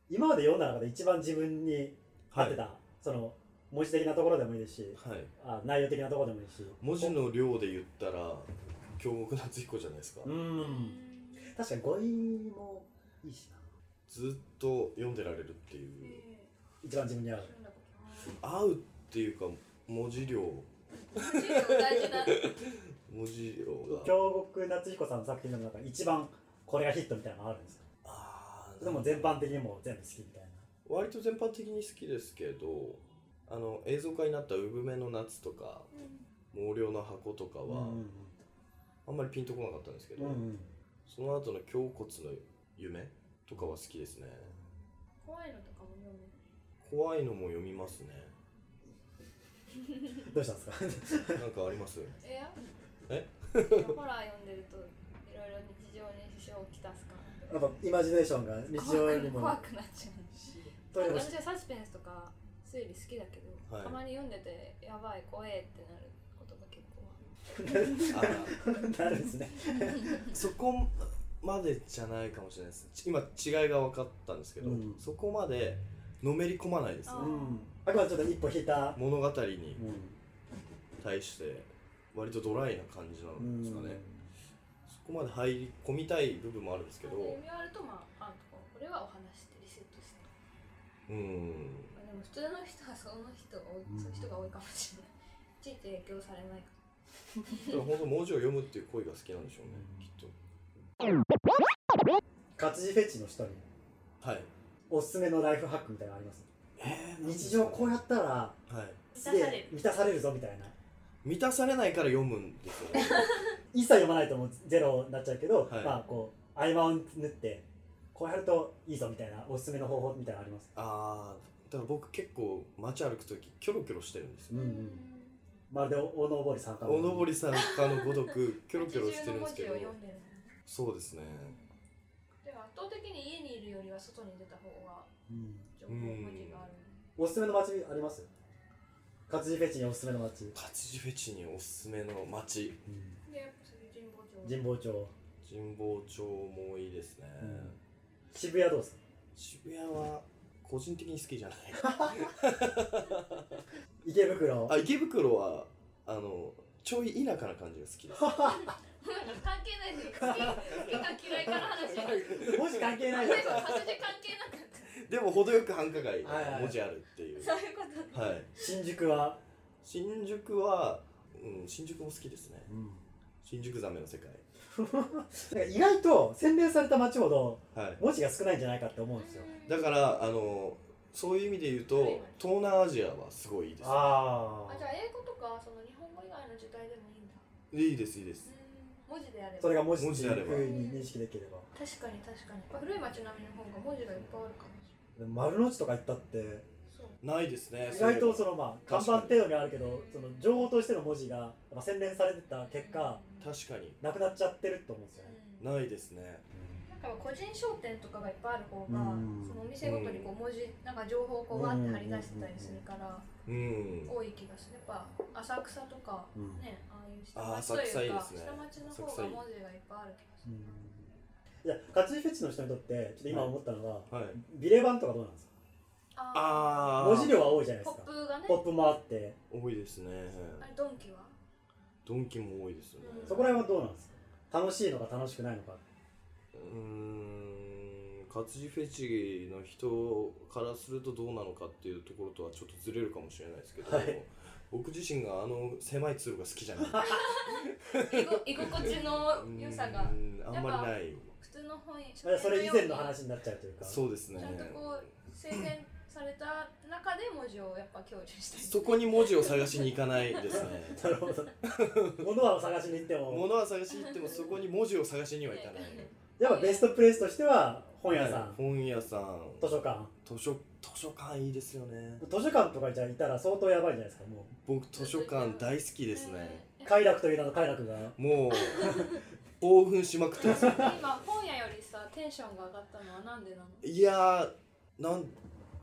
Speaker 1: 今まで読んだ中で一番自分に合
Speaker 2: は
Speaker 1: って
Speaker 2: い
Speaker 1: た、その文字的なところでもいいですし
Speaker 2: はい
Speaker 1: あ内容的なところでもいいし
Speaker 2: 文字の量で言ったら京極夏彦じゃないですか
Speaker 1: うん確かに語彙もいいしな
Speaker 2: ずっと読んでられるっていう
Speaker 3: え
Speaker 1: 一番自分に合
Speaker 3: ー
Speaker 1: う
Speaker 3: 読んだことない
Speaker 2: 合うっていうか文字量
Speaker 3: 文字量大事なんだ
Speaker 2: 文字量が
Speaker 1: 京極夏彦さんの作品の中で一番これがヒットみたいなのがあるんですか
Speaker 2: あー
Speaker 1: でもう全般的にもう全部好きみたいな
Speaker 2: 割と全般的に好きですけどあの映像化になった「産めの夏」とか「毛量の箱」とかは、
Speaker 1: うん
Speaker 2: あんまりピンとこなかったんですけ
Speaker 1: う
Speaker 2: ど、
Speaker 1: んうん
Speaker 2: その後の「胸骨の夢」とかは好きですね
Speaker 3: 怖いのとかも読む
Speaker 2: 怖いのも読みますね
Speaker 1: どうしたんですか
Speaker 2: なんかあ ります
Speaker 3: えや
Speaker 2: え
Speaker 3: ホラー読んでるといろいろ日常に支障をきたすから
Speaker 1: やっぱイマジネーションが日常よりも
Speaker 3: 怖くなっちゃう
Speaker 1: トイレも
Speaker 3: 私はサスペンスとか推理好きだけど、
Speaker 2: はい
Speaker 3: たまに読んでてやばい怖えってなることが結構ある
Speaker 2: あ
Speaker 1: なるんですね
Speaker 2: そこまでじゃないかもしれないです今違いが分かったんですけど、
Speaker 1: うん
Speaker 2: そこまでのめり込まないで
Speaker 1: う
Speaker 2: すね
Speaker 3: あ
Speaker 1: んあくまでちょっと一歩引いた
Speaker 2: 物語に
Speaker 1: う
Speaker 2: 対して割とドライな感じなん
Speaker 1: ん
Speaker 2: ですかね、そこまで入り込みたい部分もあるんですけど、
Speaker 3: 読み終わるとまああんとここれはお話してリセットし
Speaker 2: う
Speaker 3: て
Speaker 2: ん、
Speaker 3: まあでも普通の人はその人が多い、
Speaker 1: うん
Speaker 3: そういう人が多いかもしれないいちいち影響されないか
Speaker 2: だから本当文字を読むっていう行為が好きなんでしょうね、きっ
Speaker 1: 活字フェチの人に
Speaker 2: と。はい。
Speaker 1: おすすめのライフハックみたいなのあります
Speaker 2: え
Speaker 1: 日常こうやったら
Speaker 2: う。はい。
Speaker 3: 満たされる
Speaker 1: 満たされるぞみたいな
Speaker 2: 満たされないから読むんですよね。
Speaker 1: 一切読まないともうゼロになっちゃうけど、
Speaker 2: はい
Speaker 1: まあこう合間を縫ってこうやるといいぞみたいなおすすめの方法みたいなのあります
Speaker 2: ああ、だから僕結構街歩くときキョロキョロしてるんです
Speaker 1: う
Speaker 2: よ。
Speaker 1: んうんまるでおおのぼりさんか
Speaker 2: おのぼ
Speaker 1: り
Speaker 2: りさんかのごと くキョロキョロ
Speaker 3: 80
Speaker 2: してるんですけど
Speaker 3: の文字を読んでるの
Speaker 2: そうですね
Speaker 3: でも圧倒的に家にいるよりは外に出た方が
Speaker 1: うん
Speaker 3: 情報文字がある、
Speaker 1: おすすめの街あります活字フェチにおすすめの街、
Speaker 2: 活字フェチにおすすめの街
Speaker 3: でやっぱそれ神保町
Speaker 1: 神保町
Speaker 2: 神保町もいいですね、
Speaker 1: うん渋谷どうですか
Speaker 2: 渋谷は個人的に好きじゃない
Speaker 1: 池袋
Speaker 2: あ池袋はあのちょい田舎な感じが好きで す
Speaker 3: なんか関係ないですよ好き好きか嫌いから話が
Speaker 1: 文字関係ないじゃん
Speaker 3: 全部活字関係なかっ た
Speaker 2: でも程よく繁華街
Speaker 1: はいはいはい
Speaker 2: 文字あるっていう。
Speaker 3: そういうこと
Speaker 2: はい。
Speaker 1: 新宿は、
Speaker 2: 新宿は、うん、新宿も好きですね。新宿ザメの世界。
Speaker 1: なんか意外と洗練された街ほど
Speaker 2: はい。
Speaker 1: 文字が少ないんじゃないかって思うんですよ
Speaker 2: だから、あの、そういう意味で言うと、東南アジアはすごいいいです。
Speaker 1: あ
Speaker 3: あじゃあ英語とかその日本語以外の時代でもいいんだ
Speaker 2: いいです、いいです。
Speaker 3: 文字であれば
Speaker 1: それが文字
Speaker 2: 文字であれば
Speaker 1: ふうに認識できれば
Speaker 3: 確かに確かにやっぱ古い町並みの方が文字がいっぱいあるかもし
Speaker 1: でも丸の内とか行ったって
Speaker 3: れないそう
Speaker 2: ないですね。
Speaker 1: 意外と
Speaker 2: そ
Speaker 1: そう
Speaker 2: い
Speaker 1: のまあ看
Speaker 2: 確
Speaker 1: 板
Speaker 2: かに
Speaker 1: 程度にあるけどその情報としての文字がやっぱ洗練されてた結果
Speaker 2: えば確かに。
Speaker 1: なくなっちゃってると思うんですよね
Speaker 3: うん
Speaker 2: ないですね。
Speaker 3: なんか個人商店とかがいっぱいある方が、
Speaker 1: うん
Speaker 3: そのお店ごとにこう文字、なんか情報をこうわって貼り出してたりするから、
Speaker 2: うん。
Speaker 3: 多い気がする。やっぱ浅草とか、
Speaker 1: うん
Speaker 3: ね、ああいう下
Speaker 2: あー
Speaker 3: 町と
Speaker 2: 浅草い
Speaker 3: いう
Speaker 2: いで
Speaker 3: か、
Speaker 2: すね
Speaker 3: 下町の
Speaker 2: 浅草
Speaker 3: 方
Speaker 2: い
Speaker 3: が
Speaker 2: い
Speaker 3: 文字がいっぱいある気がする。
Speaker 1: いや活字フェチの人にとってちょっと今思ったのは
Speaker 2: はい。
Speaker 1: ビレ版とかどうなんですか
Speaker 3: あ
Speaker 2: ああ
Speaker 1: 文字量は多いじゃないで
Speaker 3: ポ
Speaker 1: すか
Speaker 3: ップがね
Speaker 1: ポップもあって
Speaker 2: 多いですね
Speaker 3: あれドンキは
Speaker 2: ドンキも多いですね
Speaker 3: うん
Speaker 1: そこら辺はどうなんですか楽しいのか楽しくないのか
Speaker 2: うーん活字フェチの人からするとどうなのかっていうところとはちょっとずれるかもしれないですけど、
Speaker 1: はい
Speaker 2: 僕自身があの狭い通路が好きじゃない
Speaker 3: 居 ご居心地の良さが
Speaker 2: うーんあんまりないよ
Speaker 3: 普通の本
Speaker 1: あれそれ以前の
Speaker 3: 書
Speaker 1: 話になっちゃうというか
Speaker 2: そうですね
Speaker 3: ちゃんとこう生前された中で文字をやっぱ享受したい
Speaker 2: そこに文字を探しに行かないですね
Speaker 1: なるほど物は探しに行っても
Speaker 2: 物は探しに行ってもそこに文字を探しにはいかない
Speaker 1: やっぱベストプレイスとしては本屋さん、
Speaker 2: はい本屋さん
Speaker 1: 図書館
Speaker 2: 図書図書館いいですよね
Speaker 1: 図書館とかじゃいたら相当やばいじゃないですかも
Speaker 2: 僕図書館大好きですね
Speaker 1: う快楽という名の快楽が
Speaker 2: もう 興奮しまくってます
Speaker 3: えー今本屋よりさテンションが上がったのはなんでなの
Speaker 2: いやーなん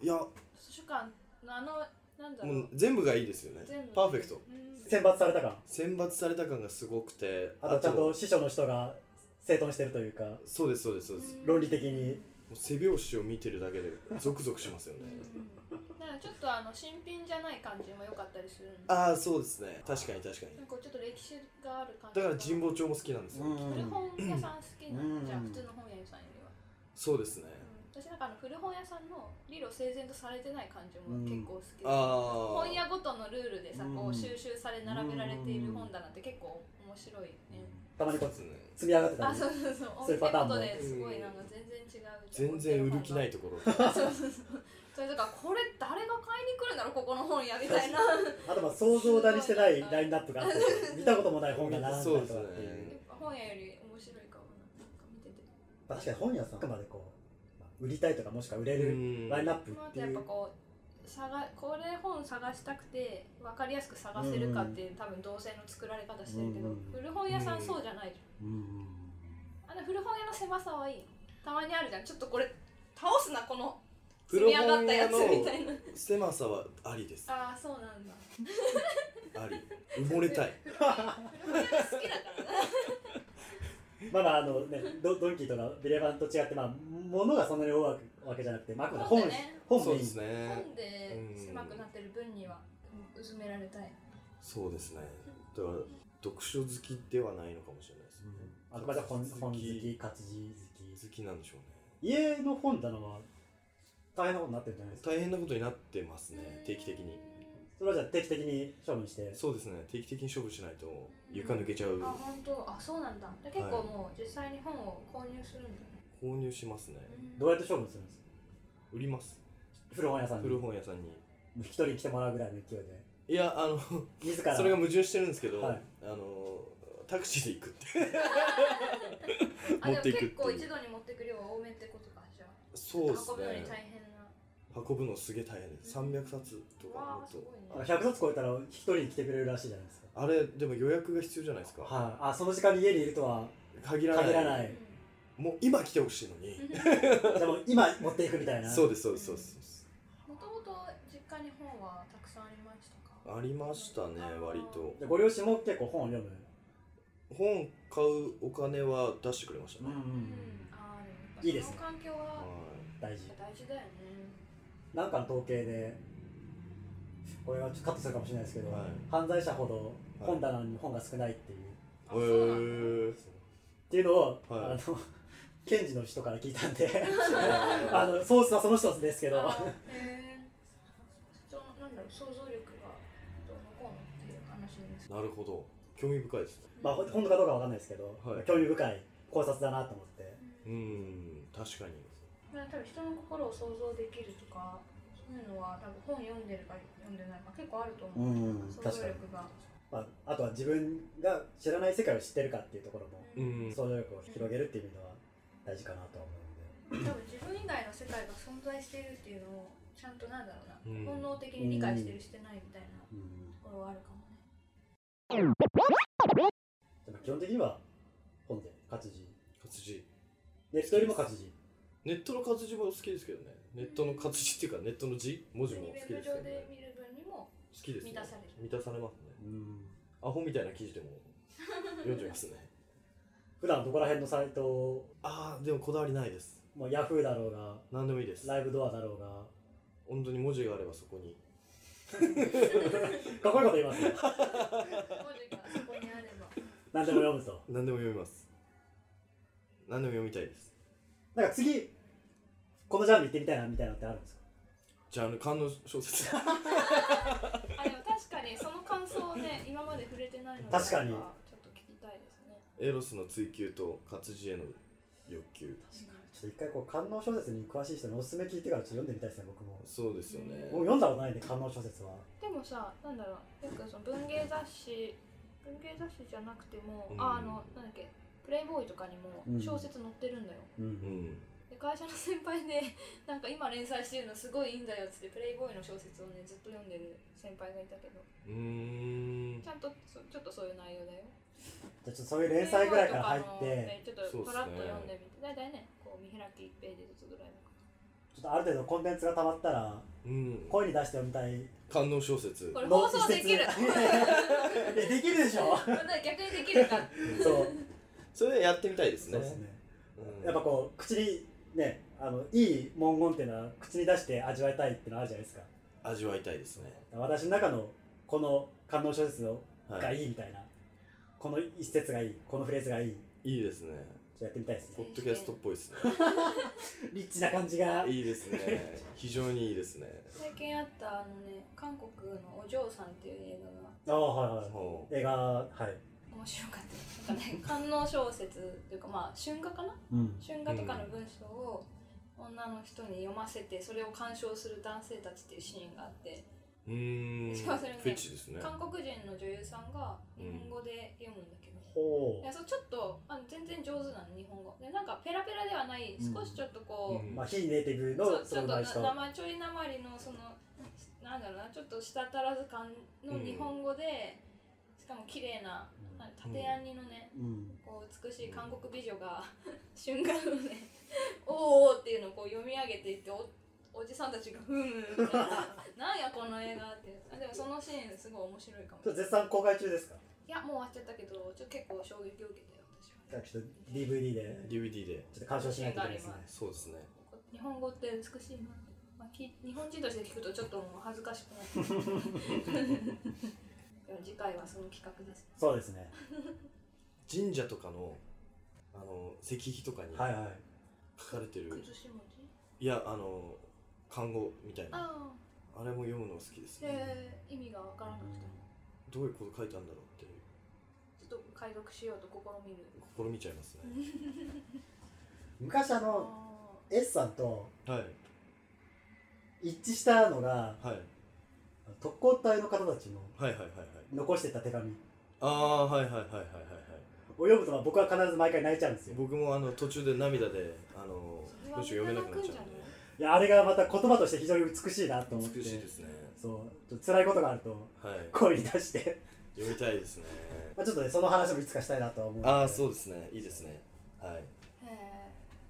Speaker 2: いやも
Speaker 3: 図書館のあのなんだろう、
Speaker 2: う全部がいいですよね
Speaker 3: 全部
Speaker 2: パーフェクト
Speaker 3: うん
Speaker 1: 選抜されたか
Speaker 2: 選抜された感がすごくて
Speaker 1: あとちゃんと司書の人が整頓してるというか
Speaker 2: そうですそうですそうですも
Speaker 1: 論理的に
Speaker 2: う背表紙を見てるだけでゾクゾクしますよね
Speaker 3: うんだからちょっとあの新品じゃない感じも良かったりするの
Speaker 2: ああそうですね確かに確かに
Speaker 3: なんかちょっと歴史がある感じ
Speaker 2: だ
Speaker 3: が
Speaker 2: から神保町も好きなんですよ、
Speaker 3: 古本屋さん好きな
Speaker 1: うん
Speaker 3: じゃあ普通の本屋さんよりは、
Speaker 2: そうですね
Speaker 3: うん私なんかあの古本屋さんの理路整然とされてない感じも結構好きで、
Speaker 2: ああ
Speaker 3: 本屋ごとのルールでさこ
Speaker 1: うん
Speaker 3: う収集され並べられている本棚って結構面白いね、
Speaker 1: たまにこ
Speaker 2: そう
Speaker 1: う
Speaker 2: ですね
Speaker 1: 積み上がってた
Speaker 3: あ
Speaker 1: り
Speaker 3: そうそうそう
Speaker 1: そういうパターンも
Speaker 3: お店ごとですごいなんか全然違うじゃん
Speaker 2: 全然売る気ないとこ ろ
Speaker 3: そうそうそうそれとかこれ誰が買いに来るんだろうここの本屋みたいな
Speaker 1: あとまあ想像だにしてないラインナップがあって 見たこともない本が並んだりとかっ
Speaker 2: そう
Speaker 1: ていう
Speaker 2: ですね
Speaker 3: やっぱ本屋より面白いかもななんか見てて
Speaker 1: まあ確かに本屋さんあくまでこうまあ売りたいとかもしくは売れ
Speaker 2: う
Speaker 1: る
Speaker 2: ん
Speaker 1: ラインナップ
Speaker 3: まあ
Speaker 1: っ
Speaker 3: あ
Speaker 1: て
Speaker 3: とやっ
Speaker 1: い
Speaker 3: ぱ
Speaker 1: う
Speaker 3: こう探これ本探したくて分かりやすく探せるかっていう多分動線の作られ方してるけど、
Speaker 1: うん
Speaker 3: 古本屋さんそうじゃないじ
Speaker 1: うん
Speaker 3: ゃん、あの古本屋の狭さはいいのたまにあるじゃんちょっとこれ倒すなこの積
Speaker 2: 古
Speaker 3: み上がっ
Speaker 2: 本
Speaker 3: たや
Speaker 2: 屋
Speaker 3: つ
Speaker 2: の
Speaker 3: みたいな
Speaker 2: 狭さはありですあ
Speaker 3: ああそうなんだ
Speaker 2: り埋もれ たい
Speaker 3: 古本屋が好きだ からな
Speaker 1: まあまああのねドドンキーとかビレバンと違ってまあ物がそんなに多いわけじゃなくてまああくまで本
Speaker 3: 本でね
Speaker 1: 本
Speaker 2: そ
Speaker 1: メ
Speaker 2: う
Speaker 1: イ
Speaker 2: で
Speaker 1: ン
Speaker 2: すね
Speaker 3: 本で狭くなってる分には薄められたい
Speaker 2: そうですねだから読書好きではないのかもしれないですね、
Speaker 1: あくまで本本好き活字好き
Speaker 2: 好きなんでしょうね
Speaker 1: 家の本棚は大変なことになってるんじゃないですか
Speaker 2: 大変なことになってますね定期的に
Speaker 1: それはじゃあ定期的に処分して
Speaker 2: そうですね定期的に処分しないと床抜けちゃう
Speaker 3: あ本当あそうなんだで結構もう実際に本を購入するんだね、
Speaker 2: 購入しますね
Speaker 1: どうやって処分するんですか
Speaker 2: 売ります
Speaker 1: 古本屋さんに
Speaker 2: 古本屋さんに
Speaker 1: 引き取りに来てもらうぐらいの勢いで
Speaker 2: いやあの
Speaker 1: 自ら
Speaker 2: それが矛盾してるんですけど、
Speaker 1: はい
Speaker 2: あのタクシーで行くって
Speaker 3: あ
Speaker 2: 持
Speaker 3: でも
Speaker 2: っていくっていう
Speaker 3: 結構一度に持ってく量は多めってことかじゃあ
Speaker 2: そうです
Speaker 3: 運ぶのに大
Speaker 2: ね
Speaker 3: 変な
Speaker 2: 運ぶのすげえ大変です300冊とか
Speaker 3: わ
Speaker 2: も
Speaker 3: あ
Speaker 2: っ
Speaker 3: すご
Speaker 2: と
Speaker 1: あの
Speaker 3: いね
Speaker 1: 100冊超えたら引き取りに来てくれるらしいじゃないですか
Speaker 2: あれでも予約が必要じゃないですか
Speaker 1: はい、あその時間に家にいるとは
Speaker 2: 限らない
Speaker 1: 限らない
Speaker 2: もう今来てほしいのに
Speaker 1: じゃあもう今持っていくみたいな
Speaker 2: そうですそうですそうです
Speaker 3: もともと実家に本はたくさんありましたか
Speaker 2: ありましたね割と
Speaker 1: でご両親も結構本を読む
Speaker 2: 本買うお金は出してくれましたね、
Speaker 3: うんあーもやっぱ
Speaker 1: いいですね
Speaker 3: その環境
Speaker 2: は
Speaker 3: は
Speaker 1: 大事
Speaker 3: 大事だよね
Speaker 1: なんかの統計でこれはちょっとカットするかもしれないですけど、
Speaker 2: はい
Speaker 1: 犯罪者ほど本棚に本が少ないっていう、
Speaker 3: あ
Speaker 2: いへ
Speaker 3: そうなんだ
Speaker 2: ー
Speaker 1: っていうのを、
Speaker 2: はい
Speaker 1: あの 検事の人から聞いたんで あ
Speaker 2: あ
Speaker 1: のソースはその人ですけど
Speaker 3: あーへえ人のなんだろう想像力がどうのこうのっていう話です
Speaker 2: なるほど興味深いですね
Speaker 1: まあ、本当かどうかわかんないですけど、
Speaker 2: はい
Speaker 1: 興味深い考察だなと思って
Speaker 2: うーん確かに
Speaker 3: なんか多分人の心を想像できるとかそういうのは多分本読んでるか読んでないか結構あると思う、
Speaker 1: うん
Speaker 3: 想
Speaker 1: 確
Speaker 3: 像
Speaker 1: かに
Speaker 3: 力が
Speaker 1: まあ、あとは自分が知らない世界を知ってるかっていうところも
Speaker 2: う
Speaker 3: うん
Speaker 2: ん
Speaker 1: 想像力を広げるっていう意味では大事かなとは思うんで
Speaker 3: 多分自分以外の世界が存在しているっていうのをちゃんとなんだろうな、
Speaker 2: うん
Speaker 3: 本能的に理解してるしてないみたいなと
Speaker 1: うん
Speaker 3: ころはあるかもね、
Speaker 1: でも基本的には本で活字
Speaker 2: 活字
Speaker 1: ネットよりも活字
Speaker 2: ネットの活字も好きですけどねネットの活字っていうかネットの字文字も好き
Speaker 3: ウ
Speaker 2: で
Speaker 3: ェブ
Speaker 2: すけど
Speaker 3: 上
Speaker 2: ね
Speaker 3: で見る分にも
Speaker 2: 好きですね
Speaker 3: 満たされる
Speaker 2: 満たされますね
Speaker 1: うん
Speaker 2: アホみたいな記事でも読んじゃいますね
Speaker 1: 普段どこら辺のサイトを
Speaker 2: ああでもこだわりないです
Speaker 1: もうヤフーだろうが
Speaker 2: 何でもいいです
Speaker 1: ライブドアだろうが
Speaker 2: 本当に文字があればそこに
Speaker 1: かっこいいこと言います ね
Speaker 3: 文字がそこにあれば
Speaker 1: 何でも読むと
Speaker 2: 何でも読みます何でも読みたいです
Speaker 1: なんか次このジャンル行ってみたいなみたいなのってあるんですか
Speaker 2: ジャンル感の小 説
Speaker 3: あでも確かにその感想をね今まで触れてないので
Speaker 1: 確かに
Speaker 3: ちょっと聞きたいですね
Speaker 2: エロスの追求と活字への欲求
Speaker 1: ちょっと一回こう官能小説に詳しい人におすすめ聞いてからちょっと読んでみたいですね僕も
Speaker 2: そうですよね
Speaker 1: 僕読んだことないんで官能小説は
Speaker 3: でもさなんだろうよくその文芸雑誌文芸雑誌じゃなくても、
Speaker 2: うん
Speaker 3: ああのなんだっけプレイボーイとかにも
Speaker 1: うん
Speaker 3: 小説載ってるんだよ、
Speaker 1: う
Speaker 2: うんん
Speaker 3: で会社の先輩で なんか今連載してるのすごいいいんだよっつってプレイボーイの小説をねずっと読んでる先輩がいたけど
Speaker 2: うーん
Speaker 3: ちゃんとそちょっとそういう内容だよ
Speaker 1: じゃあちょっとそういう連載ぐらいから入っ
Speaker 3: プレイボーイと
Speaker 1: て
Speaker 3: かのねちょっとパラッと読んでみて、大体ねこう見開き1ページずつぐらいの
Speaker 1: ちょっとある程度コンテンツがたまったら
Speaker 2: うん
Speaker 1: 声に出して読みた い
Speaker 2: 感動小説
Speaker 3: これ放送 できる
Speaker 1: えできるでしょ
Speaker 3: 逆にできるか
Speaker 1: そう
Speaker 2: それやってみたいです
Speaker 1: そう
Speaker 2: ね
Speaker 1: ですね
Speaker 2: うん
Speaker 1: やっぱこう口にねあのいい文言っていうのは口に出して味わいたいっていうのあるじゃないですか
Speaker 2: 味わいたいですね
Speaker 1: 私の中のこの官能小説の
Speaker 2: は
Speaker 1: が
Speaker 2: い
Speaker 1: いいみたいな、この一節がいいこのフレーズがいいちょ
Speaker 2: いいですね
Speaker 1: っとやってみたいです
Speaker 2: ポ
Speaker 1: ね
Speaker 2: ッドキャストっぽいですね
Speaker 1: リッチな感じが
Speaker 2: いいですね非常にいいですね
Speaker 3: 最近あったあのね韓国のお嬢さんっていう映画が
Speaker 1: ああはいは
Speaker 2: ほ
Speaker 1: い映画はい、
Speaker 3: 面白かったなんかね官能小説というかまあ春画かな
Speaker 1: うん、
Speaker 3: 春画とかの文章を女の人に読ませてそれを鑑賞する男性たちっていうシーンがあって
Speaker 2: ううーん
Speaker 3: しかもそれね
Speaker 2: フェチですね
Speaker 3: 韓国人の女優さんが日本語で読むんだけど、
Speaker 1: ほ
Speaker 3: いやそうちょっとあの全然上手なの日本語でなんかペラペラではない
Speaker 1: うん
Speaker 3: 少しちょっとこう、
Speaker 1: うまあ非ネイティブ
Speaker 3: そ
Speaker 1: の
Speaker 3: う
Speaker 1: そ
Speaker 3: ち
Speaker 1: の
Speaker 3: ょっと
Speaker 1: 場合
Speaker 3: な
Speaker 1: しか
Speaker 3: 名前ちょいなまりのそのなんだろうなちょっとしたたらず感の日本語で、しかも綺麗なあ縦やにのね、
Speaker 1: うん
Speaker 3: こう美しい韓国美女が 瞬間のね「おーおー」っていうのをこう読み上げていっておおじさんたちが「ふむ」みたいな「なんやこの映画」ってあでもそのシーンすごい面白いかも
Speaker 1: ちょっと絶賛公開中ですか
Speaker 3: いやもう終わっちゃったけどちょっと結構衝撃を受けたよ私は。
Speaker 1: じゃあちょっと DVD で
Speaker 2: DVD で
Speaker 1: ちょっと鑑賞しないといけないですね
Speaker 2: そうですね
Speaker 3: 日本語って美しいな、まあ、き日本人として聞くとちょっともう恥ずかしくなってきたでも次回はその企画です
Speaker 1: そうですね
Speaker 2: 神社とかのあの石碑とかに
Speaker 1: はいはい
Speaker 2: 書かれてる、
Speaker 3: 崩し文字
Speaker 2: い、やあの漢語みたいな
Speaker 3: ああ
Speaker 2: あれも読むのが好きですね
Speaker 3: で意味がわからなくても
Speaker 2: どういうこと書いてあるんだろうって
Speaker 3: ちょっと解読しようと試みる
Speaker 2: 試みちゃいますね
Speaker 1: 昔あ
Speaker 3: あ
Speaker 1: の S さんと
Speaker 2: はい
Speaker 1: 一致したのが
Speaker 2: はい
Speaker 1: 特攻隊の方たちの
Speaker 2: はいはいはいはい
Speaker 1: 残してた手紙
Speaker 2: ああはいはいはいはいはいはい
Speaker 1: を読むと僕は必ず毎回泣いちゃうんですよ
Speaker 2: 僕もあの途中で涙であの
Speaker 3: それは
Speaker 2: 文章読めなくなっちゃ
Speaker 3: 泣くんじ
Speaker 1: いやあれがまた言葉として非常に美しいなと
Speaker 2: うん
Speaker 1: 思っ
Speaker 2: で
Speaker 1: て
Speaker 2: 美しいですね
Speaker 1: そうちょっと辛いことがあると
Speaker 2: はい
Speaker 1: 声に出して
Speaker 2: 読みたいですね
Speaker 1: まあちょっとねその話もいつかしたいなとは思う
Speaker 2: ああそううですねいいですねはい
Speaker 3: ゃないへ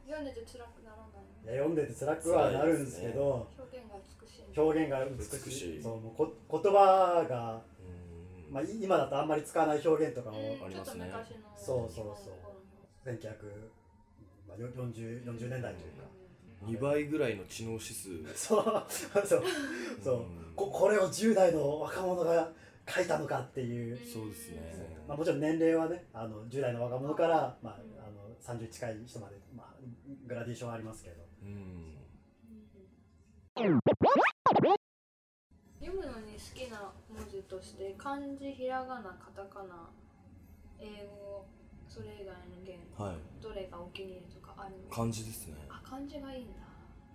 Speaker 3: え読んでて辛くならない
Speaker 1: いや読んでて辛くはなるんですけど
Speaker 3: 表現が美しい
Speaker 1: 表現が美しい
Speaker 2: 美しい
Speaker 1: そうもうこ言葉が、
Speaker 2: うーん
Speaker 1: まあ、い今だとあんまり使わない表現とかを、
Speaker 3: うん
Speaker 2: あり
Speaker 3: ちょ
Speaker 2: ま
Speaker 3: っと
Speaker 2: すね
Speaker 3: 昔の
Speaker 1: そうそうそう
Speaker 3: 日本語の
Speaker 1: 1940、まあ、よ 40, 40年代というか、
Speaker 2: 2倍ぐらいの知能指数
Speaker 1: そうそう そう、
Speaker 2: うん
Speaker 1: ここれを10代の若者が書いたのかっていう、
Speaker 2: そうですね
Speaker 1: まあ、もちろん年齢はねあの10代の若者から、まあ、あの30近い人まで、まあ、グラデーションはありますけど
Speaker 2: うん
Speaker 3: 読むのに好きな文字として漢字ひらがなカタカナ英語それ以外の言語
Speaker 2: はい
Speaker 3: どれがお気に入りとかあるの
Speaker 2: 漢字ですね
Speaker 3: あ漢字がいいんだ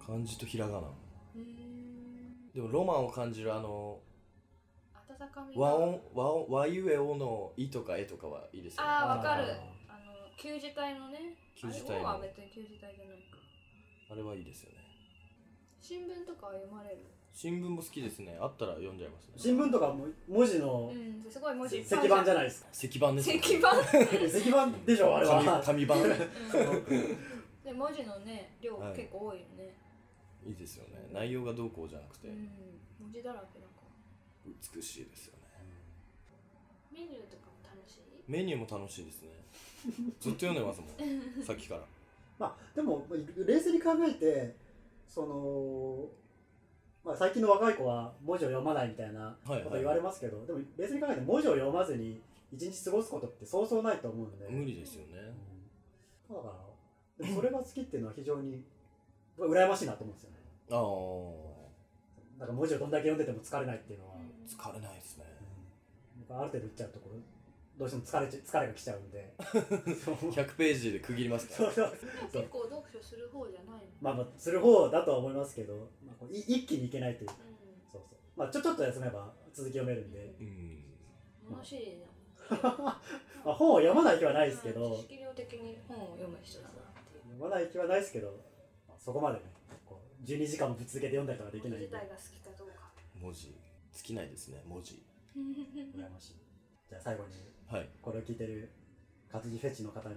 Speaker 2: 漢字とひらがな
Speaker 3: うーん
Speaker 2: でもロマンを感じるあの
Speaker 3: 温かみが
Speaker 2: 和音和音和ゆえおの「い」とか「え」とかはいいですよね
Speaker 3: ああわか
Speaker 1: あ
Speaker 3: る
Speaker 1: ー
Speaker 3: あの旧字体のね
Speaker 2: 旧字体の
Speaker 3: あれは別に旧字体じゃないか
Speaker 2: あれはいいですよね
Speaker 3: 新聞とかは読まれる
Speaker 2: 新聞も好きですねあったら読んじゃいますね
Speaker 1: 新聞とかも文字の
Speaker 3: うんすごい文字いっ
Speaker 1: 石
Speaker 3: ぱい
Speaker 1: 板じゃないですか
Speaker 2: 石板ですね
Speaker 3: 石板
Speaker 1: 石板でしょあれは
Speaker 2: 紙紙板
Speaker 3: で文字のね量
Speaker 2: はい
Speaker 3: 結構多いよね、
Speaker 2: いいですよね内容がどうこうじゃなくて
Speaker 3: うん文字だらけだから
Speaker 2: 美しいですよね
Speaker 3: メニューとかも楽しい
Speaker 2: メニューも楽しいですねずっと読んでますもんさっきから
Speaker 1: まあでも冷静に考えてそのまあ、最近の若い子は文字を読まないみたいなこ
Speaker 2: はいはい
Speaker 1: と言われますけど、でも別に考えて文字を読まずに一日過ごすことってそうそうないと思うんで、
Speaker 2: 無理ですよね
Speaker 1: うんだからでもそれが好きっていうのは非常に羨ましいなと思うんですよね
Speaker 2: ああ
Speaker 1: なんか文字をどんだけ読んでても疲れないっていうのは、
Speaker 2: 疲れないですね
Speaker 1: うん僕はある程度打っちゃうところどうしても疲れち疲れが来ちゃうんでそう
Speaker 2: 100ページで区切りますか
Speaker 1: そうそう
Speaker 3: 結構読書する方じゃないの。
Speaker 1: まあまあする方だとは思いますけど、まあ、こうい一気にいけないという
Speaker 3: う
Speaker 1: そうそうまあちょちょっと休めば続き読めるんで、
Speaker 2: うん
Speaker 3: ん。物知りな。
Speaker 1: まあ、本を読まない気はないですけど、
Speaker 3: 知識量的に本を読む人だなっていう。
Speaker 1: 読まない気はないですけど、まあそこまでねこう12時間もぶっ続けて読んだりとかできないんで
Speaker 3: 自体が好きかどうか。
Speaker 2: 文字尽きないですね文字
Speaker 1: 羨ましいじゃあ最後に
Speaker 2: はい
Speaker 1: これを聞いてる活字フェチの方に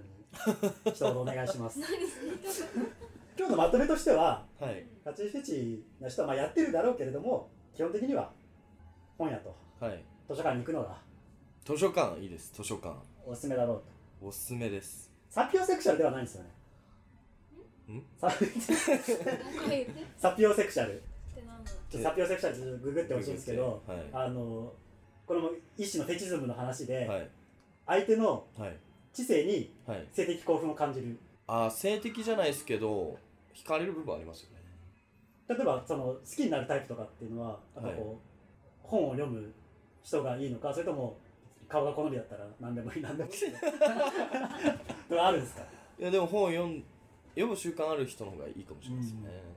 Speaker 1: 一言お願いします
Speaker 3: 何する
Speaker 1: 今日のまとめとしては
Speaker 2: はい
Speaker 1: 活字フェチの人はまあやってるだろうけれども基本的には本屋と
Speaker 2: はい
Speaker 1: 図書館に行くのが
Speaker 2: 図書館いいです図書館
Speaker 1: おすすめだろうと
Speaker 2: おすすめです
Speaker 1: サピオセクシャルではないんですよね
Speaker 2: ん
Speaker 1: サ
Speaker 3: 何言ってっ
Speaker 1: サピオセクシャル
Speaker 3: てなんだ。
Speaker 1: ちょっとサピオセクシャルちょっとググってほしいんですけど
Speaker 2: はい
Speaker 1: あのこれも一種のフェチズムの話で、
Speaker 2: はい
Speaker 1: 相手の
Speaker 2: はい
Speaker 1: 知性に
Speaker 2: はい
Speaker 1: 性的興奮を感じる
Speaker 2: あー性的じゃないですけど惹かれる部分ありますよね
Speaker 1: 例えばその好きになるタイプとかっていうのはなんかこう、本を読む人がいいのかそれとも顔が好みだったら何でもいい何でもいいとかあるんですか
Speaker 2: いやでも本を読ん読む習慣ある人の方がいいかもしれないですね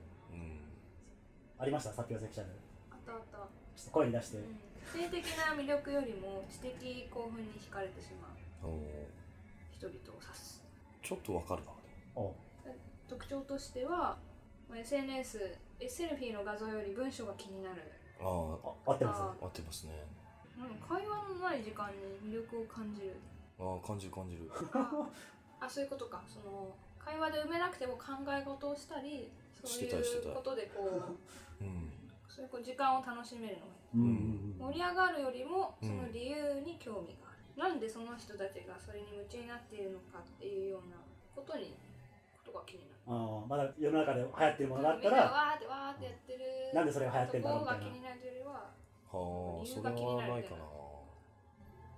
Speaker 1: ありましたサピオセクシャル
Speaker 3: あったあった。
Speaker 1: ちょっと声に出して、
Speaker 3: うん性的な魅力よりも知的興奮に惹かれてしま
Speaker 2: う
Speaker 3: う
Speaker 2: ん、おー
Speaker 3: 人々を指す
Speaker 2: ちょっとわかるな
Speaker 1: おう
Speaker 3: 特徴としてはまあ SNS えセルフィーの画像より文章が気になる
Speaker 2: あー
Speaker 1: あ合ってます
Speaker 3: あ
Speaker 2: 合ってますね
Speaker 3: うん会話のない時間に魅力を感じる
Speaker 2: あー感じる 感じる
Speaker 3: ああそういうことかその会話で埋めなくても考え事をしたりそう
Speaker 2: し
Speaker 3: い
Speaker 2: てたして
Speaker 3: う
Speaker 2: た
Speaker 3: ことでこう
Speaker 2: うん
Speaker 3: そういうこう時間を楽しめるのがいい
Speaker 1: うんうんうん
Speaker 3: 盛り上がるよりも
Speaker 2: う
Speaker 3: そ
Speaker 2: ん
Speaker 3: の理由に興味がある、なんでその人たちがそれに夢中になっているのかっていうようなことにことが気になる
Speaker 1: あーまだ世の中で流行ってるものがあっ
Speaker 3: み
Speaker 1: た
Speaker 3: んな
Speaker 1: ら
Speaker 3: わーってわーってやってる
Speaker 1: なんでそれが流行って
Speaker 3: と
Speaker 1: るんだろう
Speaker 3: こ
Speaker 1: み
Speaker 3: が
Speaker 1: た
Speaker 3: 気
Speaker 1: い
Speaker 3: になるよりは
Speaker 2: はあ
Speaker 3: 理
Speaker 2: それ
Speaker 3: 由が気にな
Speaker 2: は
Speaker 3: る
Speaker 2: ない
Speaker 3: み
Speaker 2: か
Speaker 3: たい
Speaker 2: な
Speaker 3: な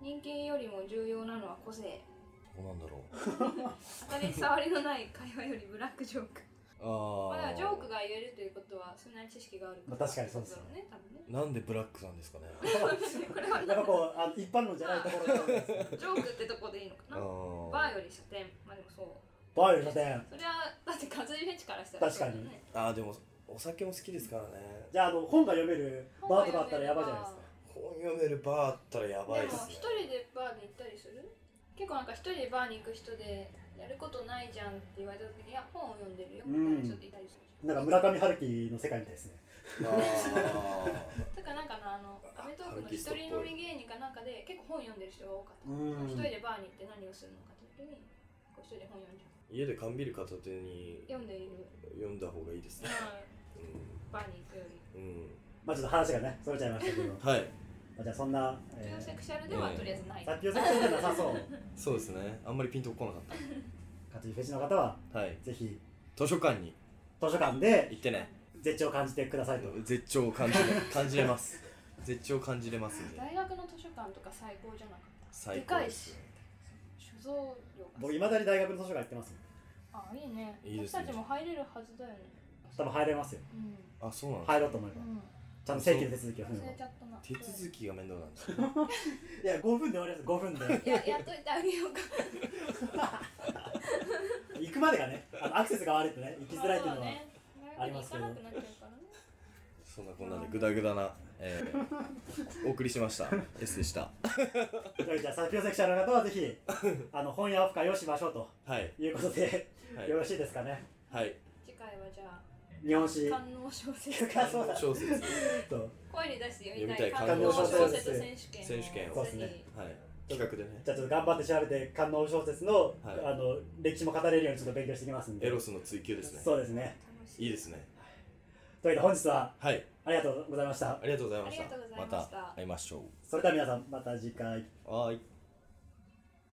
Speaker 3: 人間よりも重要なのは個性
Speaker 2: どうなんだろう
Speaker 3: 当たり障りのない会話よりブラックジョー クまあ
Speaker 2: あ
Speaker 3: だか
Speaker 2: あ
Speaker 3: らジョークが言えるということはそんなに知識がある
Speaker 1: まあ確かにそうですよ
Speaker 3: ね多分ね
Speaker 2: なんでブラックなんですかね
Speaker 3: これは
Speaker 1: ななんかこうあの一般論じゃないところで
Speaker 3: ジョークってとこでいいのか
Speaker 2: あ
Speaker 3: な
Speaker 2: ー
Speaker 3: バーより書店まあでもそう
Speaker 1: バーより書店
Speaker 3: それはだってカズリフェチからしたらそうだよね
Speaker 2: あーでもお酒も好きですからね
Speaker 1: じゃああの本が読めるバーとかあったらやばいじゃないですか
Speaker 2: 本読めるバーあったらやばいで
Speaker 3: ですも
Speaker 2: ね
Speaker 3: 一人でバーに行ったりする結構なんか一人でバーに行く人でやることないじゃんって言われた時にいや本を読んでるよみたいな人っていたりするじゃん
Speaker 1: なんか村上春樹の世界みたいですね
Speaker 2: あ
Speaker 3: だからなんかのあのアメトークの一人飲み芸人かなんかで結構本読んでる人が多かった
Speaker 1: うん
Speaker 3: 一人でバーに行って何をするのかって時にこう一人で本読んじゃ
Speaker 2: ー
Speaker 3: う
Speaker 2: 家で缶ビール片手に
Speaker 3: 読んで いる、
Speaker 2: 読んだ方がいいです
Speaker 3: う
Speaker 2: ね
Speaker 3: ん、バーに行くより
Speaker 2: うん、うん、
Speaker 1: まあちょっと話がねそれちゃいましたけど
Speaker 2: はい
Speaker 1: まあじゃあそんな、え
Speaker 3: 女性セ
Speaker 1: ー、
Speaker 3: クシャルではとりあえずない、
Speaker 1: 先を先じゃなさそう
Speaker 2: そうですねあんまりピンとこなかっ
Speaker 1: 活字フェチの方は
Speaker 2: たはい
Speaker 1: ぜひ
Speaker 2: 図書館に
Speaker 1: 図書館で
Speaker 2: 行ってね
Speaker 1: 絶頂を感じてくださいと、
Speaker 2: 絶頂を感じれ感じれます絶頂を感じれますんで
Speaker 3: 大学の図書館とか最高じゃなかった
Speaker 2: 最高です
Speaker 3: 所蔵量が
Speaker 1: 僕いまだに大学の図書館行ってます
Speaker 3: あいいね
Speaker 2: いいですね
Speaker 3: 私たちも入れるはずだよね
Speaker 1: 多分入れますよ
Speaker 3: うん、
Speaker 2: あそうなんです
Speaker 1: 入ろうと思えば
Speaker 3: う
Speaker 1: ちゃんと正規の手続きを踏
Speaker 3: ん、
Speaker 1: め
Speaker 3: 忘
Speaker 1: ば
Speaker 3: れちゃったな
Speaker 2: 手続きが面倒なんですよ
Speaker 1: いや5分で終わります5分で
Speaker 3: いややっといてあげ ようか
Speaker 1: 行くまでがねあのアクセスが悪いとね行きづらいっていうのは、
Speaker 3: ね
Speaker 1: ありますけど
Speaker 3: 大学に行かなくなっちゃうからね
Speaker 2: そんなこんなでグダグダな、えー、お送りしました S でした
Speaker 1: というわけでじゃあサピオセクシャルの方はぜひあの本屋オフ会をしましょうと
Speaker 2: はい
Speaker 1: いうことで、
Speaker 2: はい
Speaker 1: よろしいですかね
Speaker 2: はい
Speaker 3: 次回はじゃあ
Speaker 1: 日本史
Speaker 3: 官能小 説
Speaker 1: そうだ
Speaker 2: 小説
Speaker 1: と
Speaker 3: 声に出して読みた
Speaker 2: 読み
Speaker 3: い
Speaker 2: たい
Speaker 3: 官能
Speaker 1: 官能
Speaker 3: 小
Speaker 1: 小
Speaker 3: 説
Speaker 1: 説
Speaker 3: 選手権
Speaker 2: 選手権を
Speaker 1: そうですね
Speaker 2: はい企画でね
Speaker 1: じゃあちょっと頑張って調べて観音小説の,、
Speaker 2: はい
Speaker 1: あの歴史も語れるようにちょっと勉強してきますんで
Speaker 2: エロスの追求ですね
Speaker 1: そうですね
Speaker 3: 楽し
Speaker 2: いいですね
Speaker 1: というわけで本日は
Speaker 2: はい
Speaker 1: ありがとうございました
Speaker 2: ありがとうございました
Speaker 3: ありがとうございました
Speaker 2: また会いましょ
Speaker 1: それでは皆さんまた次回
Speaker 2: うはーい